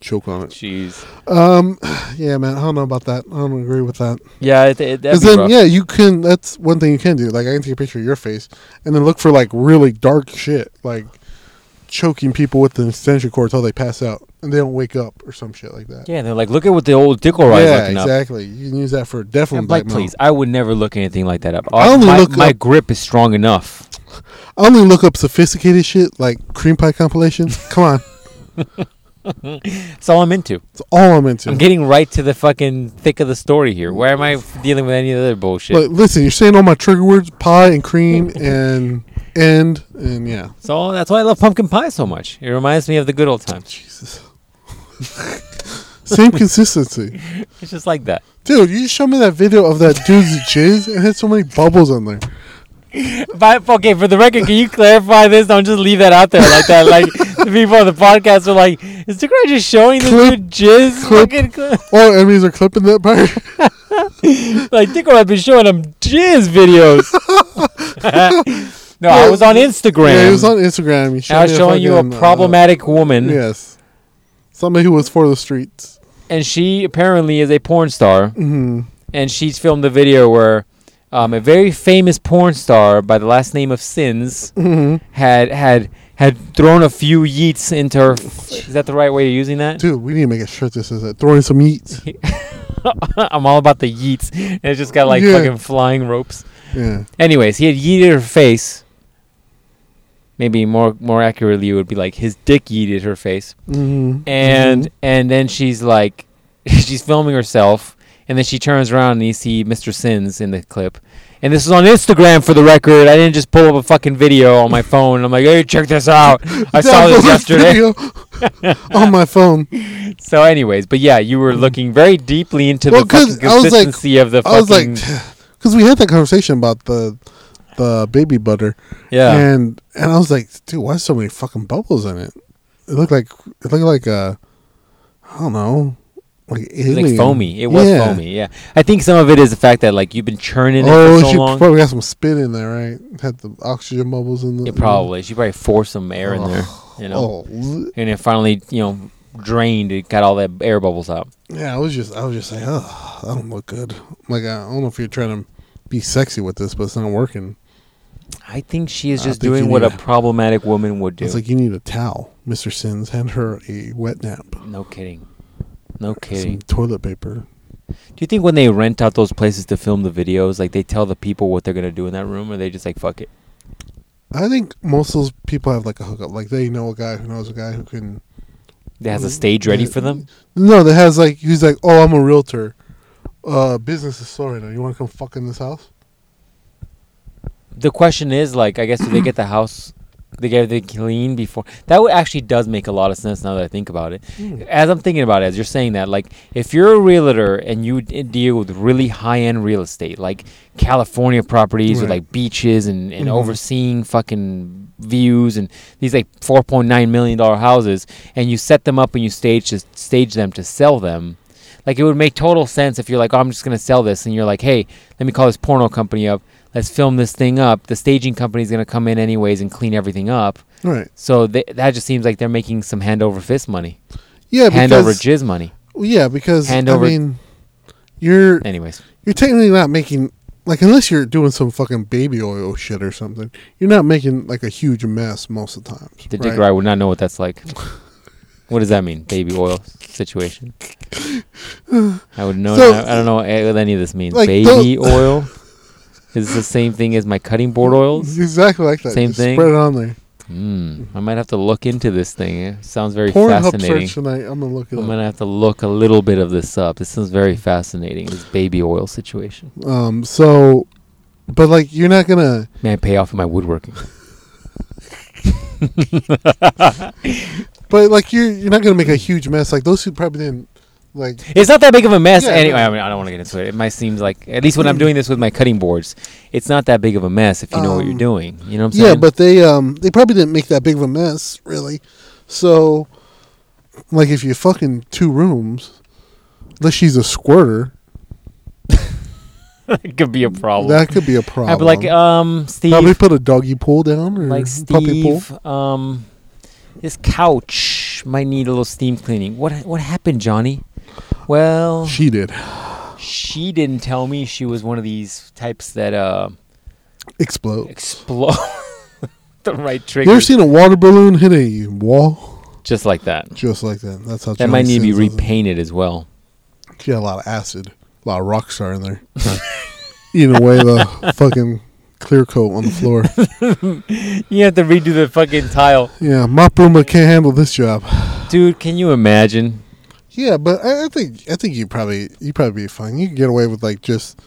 Choke on it.
Jeez.
Um, yeah, man. I don't know about that. I don't agree with that.
Yeah. It, it, that'd
Because
be
then,
rough.
yeah, you can. That's one thing you can do. Like, I can take a picture of your face and then look for like really dark shit, like choking people with the extension cord until they pass out and they don't wake up or some shit like that.
Yeah, they're like, look at what the old Dickle Ride's
Yeah,
looking up.
exactly. You can use that for definitely
I'm like,
black
please, I would never look anything like that up.
I only
my,
look
my
up-
grip is strong enough.
I only look up sophisticated shit like cream pie compilations. Come on,
That's all I'm into.
it's all I'm into.
I'm getting right to the fucking thick of the story here. Where am I f- dealing with any other bullshit?
But listen, you're saying all my trigger words: pie and cream and and and yeah.
so that's why I love pumpkin pie so much. It reminds me of the good old times.
Jesus. Same consistency.
It's just like that.
Dude, you just showed me that video of that dude's jizz and it had so many bubbles on there.
But okay, for the record, can you clarify this? Don't just leave that out there like that. Like the people on the podcast are like, is Dick Ride just showing this
Clip.
dude jizz?
Clip.
Fucking cl-
Oh, enemies are clipping that part?
like Dick Ride's been showing him jizz videos. no, I was on Instagram.
Yeah, it was on Instagram. He showed
I was
me
showing you a
fucking, uh,
problematic woman,
yes. Somebody who was for the streets.
and she apparently is a porn star,
hmm
and she's filmed a video where um, a very famous porn star by the last name of Sins
hmm
had had had thrown a few yeets into her. f- is that the right way of using that?
Dude, we need to make a shirt that says that. Throwing some eats.
I'm all about the yeets, and it just got like
Yeah.
fucking flying ropes.
Yeah.
Anyways, he had yeeted her face. Maybe more more accurately, it would be like his dick yeeted her face.
hmm
and and then she's like she's filming herself and then she turns around and you see mr sins in the clip and this is on instagram for the record i didn't just pull up a fucking video on my phone i'm like hey check this out i saw this yesterday
on my phone.
so anyways but yeah you were looking very deeply into
Well,
the
'cause
fucking
I was like-
consistency of the
I was
fucking
like, because we had that conversation about the the baby butter,
yeah
and and I was like, dude, why so many fucking bubbles in it? It looked like it looked like uh, I don't know, like
It was,
alien.
like foamy it was
Yeah.
foamy yeah i think some of it is the fact that like you've been churning it
Oh,
for so
she
long
probably got some spit in there, right? Had the oxygen bubbles in the.
it probably she probably forced some air in there you know
Oh l-
and it finally you know drained it got all that air bubbles out
yeah, I was just I was just like, oh, I don't look good. Like I don't know if you're trying to be sexy with this, but it's not working.
i think she is
I
just
think you
doing what a
need-
problematic woman would do
It's like you need a towel, Mister Sins. Hand her a wet nap,
no kidding no
some
kidding
toilet paper.
do you think when they rent out those places to film the videos like they tell the people what they're gonna do in that room or they just like fuck it
I think most of those people have like a hookup. Like they know a guy who knows a guy who can.
they
Mm,
has a stage ready for them
No, that has like he's like, oh, I'm a realtor. Uh, business is slow right now. You want to come fuck in this house?
the question is like i guess do they get the house they get everything clean before. That would actually does make a lot of sense now that I think about it. As I'm thinking about it, as you're saying that, like if you're a realtor and you d- deal with really high end real estate, like California properties with
Right.
like beaches and, and
Mhm.
overseeing fucking views and these like 4.9 million dollar houses, and you set them up and you stage to stage them to sell them. Like it would make total sense if you're like, oh, I'm just gonna sell this, and you're like, hey, let me call this porno company up. Let's film this thing up. The staging company's gonna come in anyways and clean everything up.
Right.
So th- that just seems like they're making some hand over fist money,
Yeah,
hand
because
over jizz money.
yeah, because
hand
I
over-
mean, you're
Anyways,
you're technically not making like unless you're doing some fucking baby oil shit or something. You're not making like a huge mess most of the times.
the dick
right?
ride would not know what that's like. what does that mean, baby oil situation? I would know.
So-
I, I don't know eh, what any of this means.
Like,
baby oil is the same thing as my cutting board oils.
It's exactly like that.
Same
Just
thing.
Spread it on there.
Mm, I might have to look into this thing. It sounds very
Pornhub
fascinating.
search tonight. I'm gonna look it
I'm
up.
gonna have to look a little bit of this up. This is very fascinating. This baby oil situation.
Um. So, but like, you're not gonna.
May I pay off in my woodworking?
But like, you're you're not gonna make a huge mess. Like those who probably didn't. Like
It's not that big of a mess.
Yeah,
anyway,
no.
I, mean, I don't want to get into it. It might seem like at least when I'm doing this with my cutting boards, it's not that big of a mess if you know what you're
Um,
doing. You know what I'm saying?
Yeah, but they um they probably didn't make that big of a mess, really. So, like, if you fucking two rooms, unless she's a squirter,
it could be a problem.
that could be a problem.
I'd be like, um, Steve,
probably put a doggy pool down or
like
puppy pool.
Steve, um, this couch might need a little steam cleaning. What what happened, Johnny? Well,
She did
she didn't tell me she was one of these types that uh,
explode.
explode the right
You
trigger,
ever seen a water balloon hit a wall
just like that.
just like that? That's how
That might need to be
Johnny Sins does it.
repainted as well.
She had a lot of acid, a lot of rock star in there, eating away the fucking clear coat on the floor.
You have to redo the fucking tile.
Yeah, my Bruma can't handle this job.
Dude, can you imagine?
Yeah, but I, I think I think you probably you probably be fine. You can get away with like just,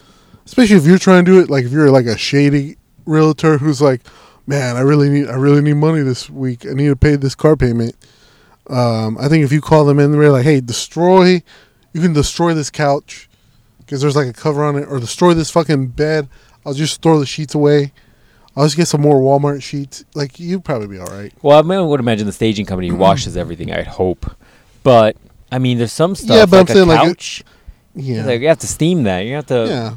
especially if you're trying to do it. Like if you're like a shady realtor who's like, man, I really need I really need money this week. I need to pay this car payment. Um, I think if you call them in, they're like, hey, destroy. You can destroy this couch because there's like a cover on it, or destroy this fucking bed. I'll just throw the sheets away. I'll just get some more Walmart sheets. Like you'd probably be all right.
Well, I, mean, I would imagine the staging company washes everything, I'd hope. But, I mean, there's some stuff,
Yeah, but
like
I'm
a
saying, like, it-
couch.
Yeah,
Like, you have to steam that. You have to,
yeah.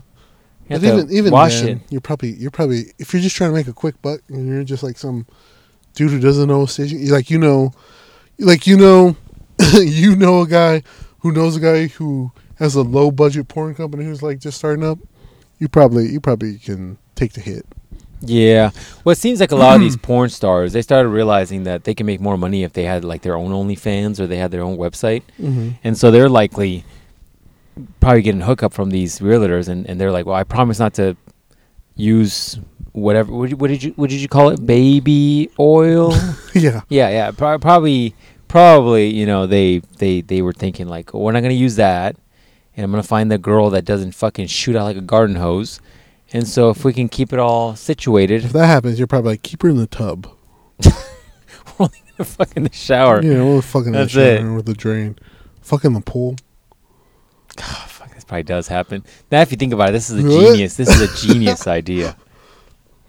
you have
But
to
even even
wash
then,
it.
you're probably you're probably if you're just trying to make a quick buck and you're just like some dude who doesn't know staging, you like you know, like you know, you know a guy who knows a guy who has a low budget porn company who's like just starting up. You probably you probably can take the hit.
Yeah. Well, it seems like a lot of these porn stars, they started realizing that they can make more money if they had, like, their own OnlyFans or they had their own website.
Mm-hmm.
And so they're likely probably getting hookup from these realtors, and, and they're like, "Well, I promise not to use whatever. What, did you- what did you what did you call it? Baby oil?
yeah,
yeah, yeah. Pro- probably, probably. You know, they they they were thinking like, we're not gonna use that, and I'm gonna find the girl that doesn't fucking shoot out like a garden hose. And so if we can keep it all
if
situated,
that happens, you're probably like keep her in the tub.
fucking the shower.
you know, or fucking
That's
That's the shower or the drain, fucking the pool.
Fuck, this probably does happen. Now, if you think about it, this is a
What?
genius. This is a genius idea.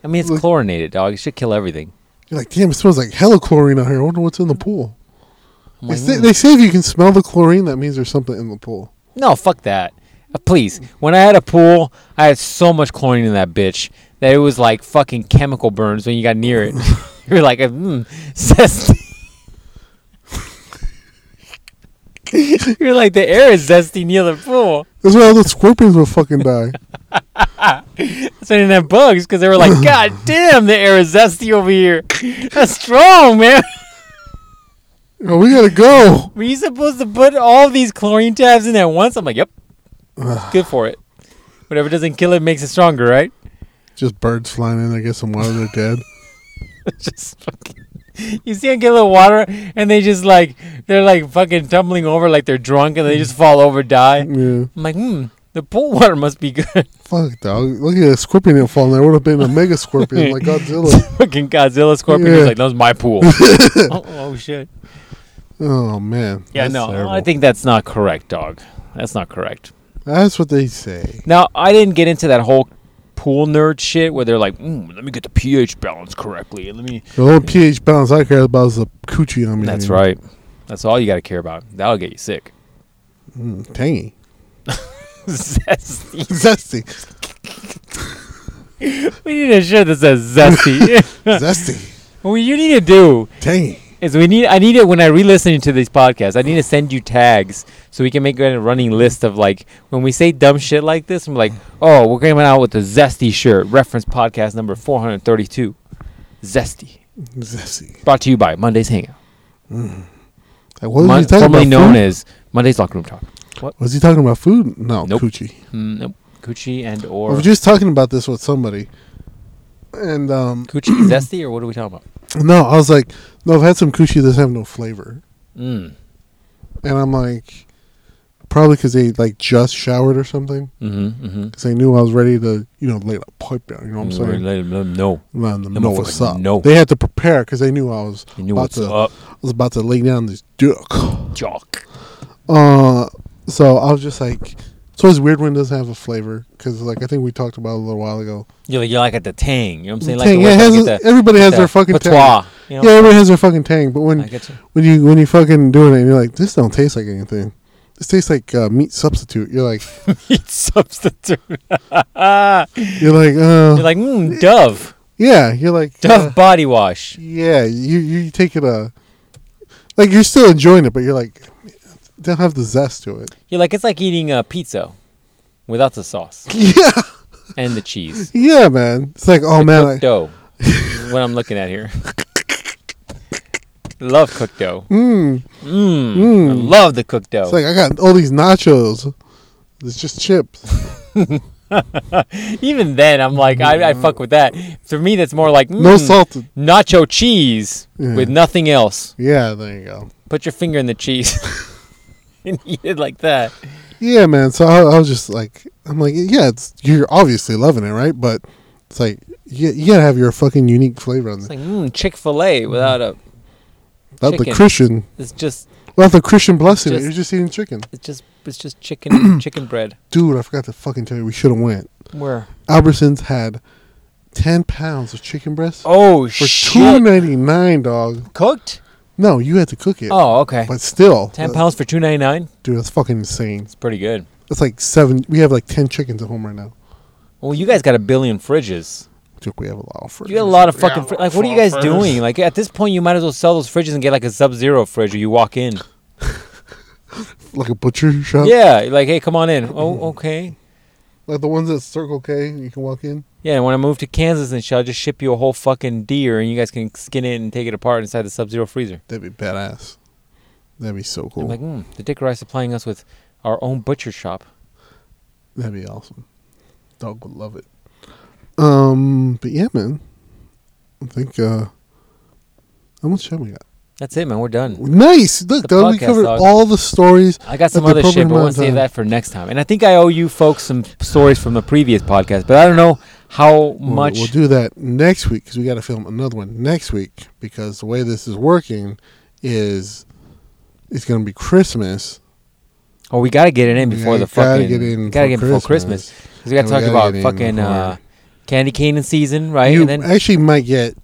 I mean, it's
Look-
chlorinated, dog. It should kill everything.
You're like, damn, it smells like hella chlorine out here. I wonder what's in the pool.
I'm
They
like,
say,
"Mm."
they say if you can smell the chlorine, that means there's something in the pool.
No, fuck that. Uh, please. When I had a pool, I had so much chlorine in that bitch that it was like fucking chemical burns when you got near it. you were like, mm, zesty. You're like, the air is zesty near the pool.
That's why all the scorpions will fucking die.
That's why I didn't have bugs because they were like, God damn, the air is zesty over here. That's strong, man.
oh, we gotta go.
Were you supposed to put all these chlorine tabs in at once? I'm like, yep. Good for it. Whatever doesn't kill it makes it stronger, right?
Just birds flying in. I guess some while they're dead.
just fucking. You see them get a little water, and they just
Mm.
like they're like fucking tumbling over like they're drunk, and they just fall over, die.
Yeah.
I'm like, hmm, The pool water must be good.
Fuck, dog. Look at a scorpion that falling there. Would have been a mega scorpion like Godzilla.
Fucking Godzilla scorpion was
Yeah.
like, that was my pool. oh, oh, shit.
Oh man.
Yeah,
That's
no,
terrible.
I think that's not correct, dog. That's not correct.
that's what they say.
Now, I didn't get into that whole pool nerd shit where they're like, mm, let me get the pH balance correctly. and Let me.
The only pH balance I care about is the coochie on me.
That's right. That's all you got to care about. That'll get you sick.
Mm, tangy,
zesty.
zesty,
We need a shirt that says zesty.
zesty,
what you need to do
tangy.
is we need. I need it when I re-listen to these podcasts. I need to send you tags so we can make a running list of like when we say dumb shit like this. I'm like, oh, we're coming out with a zesty shirt. Reference podcast number 432. Zesty.
Zesty.
Brought to you by Monday's Hangout.
Like, what was
Mon-
he talking
formerly
about?
known
food?
as Monday's Locker Room Talk.
Was he talking about food? No,
Nope.
coochie.
Mm, nope. Coochie and
I
or
was just talking about this with somebody, and um,
Coochie zesty or what are we talking about?
no, I was like, no, I've had some coochie that have no flavor,
Mm.
and I'm like, probably because they like just showered or something,
Mm-hmm. Mm-hmm.
because they knew I was ready to, you know, lay the pipe down. You know what I'm
Mm,
saying?
let 'em- let 'em know.
Let them
Them
know
motherfuckers
what's up.
know.
They had to prepare because they knew I was
You knew
about
what's
to-
up,
I was about to lay down this duck.
jock.
Uh, so I was just like, it's always weird when it doesn't have a flavor because, like, I think we talked about it a little while ago.
You're like, you're like at the tang. You know what I'm saying?
Tang,
like
yeah,
the
it
way
has
people
a-
get
everybody has
the
their fucking tang.
patois, you know?
Yeah, everybody has their fucking tang, but when
I get you.
when you when you fucking doing it, and you're like, this don't taste like anything. This tastes like uh, meat substitute. You're like,
Meat substitute. you're
you're like, uh,
like, mm, Dove.
yeah, you're like,
Dove
uh,
body wash.
yeah, you you take it uh like you're still enjoying it, but you're like, it don't have the zest to it.
You're like, it's like eating a pizza without the sauce
Yeah,
and the cheese.
yeah, man. It's like, oh man, I,
Cooked dough. is what I'm looking at here. love cooked dough.
mm,
Mmm. I
Mm.
love the cooked dough.
It's like I got all these nachos. It's just chips.
Even then, I'm like, I, I fuck with that. For me, that's more like
Mm. No
mm,
salted.
nacho cheese
Yeah.
with nothing else.
Yeah, there you go.
Put your finger in the cheese and eat it like that.
Yeah, man. So I, I was just like, I'm like, yeah, it's you're obviously loving it, right? But it's like you, you gotta have your fucking unique flavor on
It's
this.
like mm, Chick Fil A without a.
Without the
chicken.
Christian,
It's just
without the Christian blessing,
Just-
you're just eating chicken.
it's just it's just chicken chicken bread.
Dude, I forgot to fucking tell you, we should have went.
Where?
Albertsons had ten pounds of chicken breast
Oh
for two
shit!
ninety nine, dog.
Cooked?
No, you had to cook it.
Oh okay.
But still,
Ten
uh,
pounds for two ninety nine.
dude, that's fucking insane.
It's pretty good.
It's like seven. We have like ten chickens at home right now.
Well, you guys got a billion fridges.
Dude, we have a lot of fridges.
You got a lot of fucking
Yeah,
fri-
a
like. What are you
lot of
guys doing? Like at this point, you might as well sell those fridges and get like a Sub Zero fridge. Where you walk in.
fridges. Like a butcher shop.
Yeah, like hey, come on in. Oh, okay.
Like the ones that Circle K you can walk in.
Yeah, when I move to Kansas and shit, I'll just ship you a whole fucking deer, and you guys can skin it and take it apart inside the Sub-Zero freezer.
That'd be badass. That'd be so cool.
I'm like, mm, the Dick Rice supplying us with our own butcher shop.
That'd be awesome. Dog would love it. Um, but yeah, man. I think uh how much time we got?
That's it, man. We're done.
Nice. Look,
The
dog, we
podcast,
covered
dog.
all the stories.
I got some
That's the uh,
other shit,
proper
but we'll
amount of
save
time.
that for next time. And I think I owe you folks some stories from the previous podcast, but I don't know how
We'll-
much.
We'll do that next week because we got to film another one next week because the way this is working is it's going to be Christmas.
oh, we gotta get it in
We
before the
gotta
fucking.
get in
gotta get before Christmas. 'Cause we gotta
And we
talk
gotta
about
get in
fucking
before-
uh, candy cane and season, right?
you
and then
actually might get.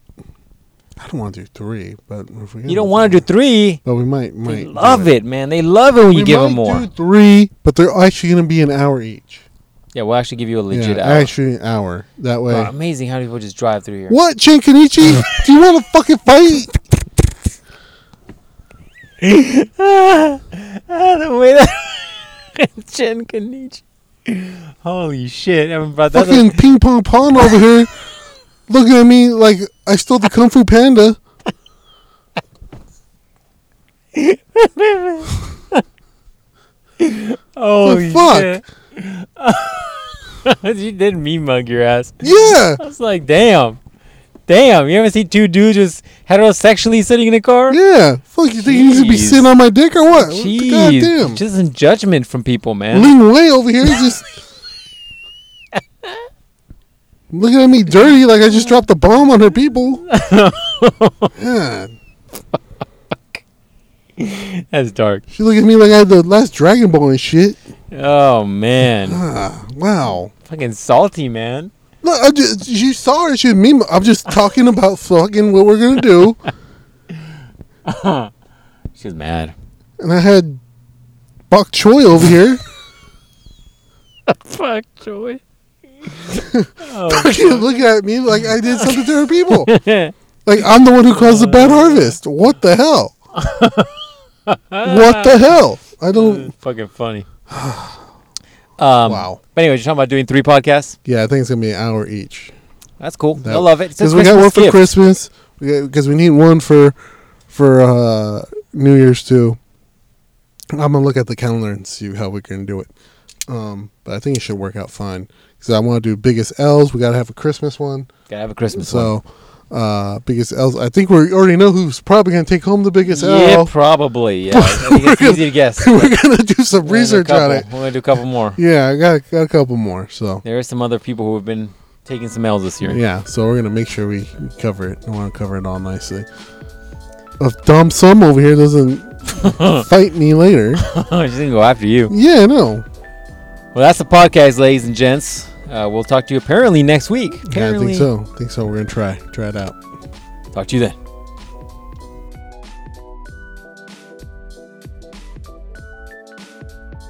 I don't want to do three, but if we
you don't want to do three.
But we might.
They
might do
love it, man. They love it when
We
you give
might
them more.
do three, but they're actually going to be an hour each.
Yeah, we'll actually give you a legit
yeah,
hour.
actually an hour. That way.
Wow, amazing how people just drive through here.
What, Chinkanichi? do you want to fucking fight?
ah, ah, the way that Jen Kanichi. Holy shit! I haven't brought that
fucking
up.
ping pong pong over here, looking at me like I stole the Kung Fu Panda.
Holy
fuck?
shit! you did me mug your ass.
Yeah,
I was like, damn. Damn, you ever see two dudes just heterosexually sitting in a car?
Yeah. Fuck, you think he needs to be
Jeez.
sitting on my dick or what?
Jeez,
God damn.
just in judgment from people, man.
Ling Wei over here just looking at me dirty like I just dropped a bomb on her people. yeah.
That's dark.
She looked at me like I had the last Dragon Ball and shit.
Oh man,
Ah, wow.
fucking salty, man.
No, I just you saw her. She meme. I'm just talking about fucking what we're gonna do,
She's mad.
and I had bok choy over here.
Fuck joy.
Fucking looking at me like I did something to her people. Like I'm the one who caused the bad harvest. What the hell? what the hell? I don't.
fucking funny. Um,
Wow.
But anyway, you're talking about doing three podcasts.
Yeah, I think it's gonna be an hour each.
That's cool. I
That-
love it. It's a
Because we got one
Christmas
for
gift.
Christmas. Because we need one for for uh, New Year's too. I'm gonna look at the calendar and see how we can do it. Um, but I think it should work out fine. Because I want to do biggest L's. We gotta have a Christmas one.
Gotta have a Christmas one.
So uh, biggest L's. I think we already know who's probably gonna take home the biggest
Yeah,
L.
probably. Yeah, I think it's easy to guess.
We're gonna do some
We're gonna do a
research on
couple-
it.
We're gonna do a couple more.
Yeah, I got got a couple more. So
There are some other people who have been taking some L's this year.
Yeah, so we're gonna make sure we cover it. I want to cover it all nicely. If Dom Sum over here doesn't fight me later,
She's gonna go after you.
yeah, no,
Well, that's the podcast, ladies and gents. Uh, we'll talk to you apparently next week.
yeah, I
Apparently.
think so. I think so. We're gonna try, try it out.
Talk to you then.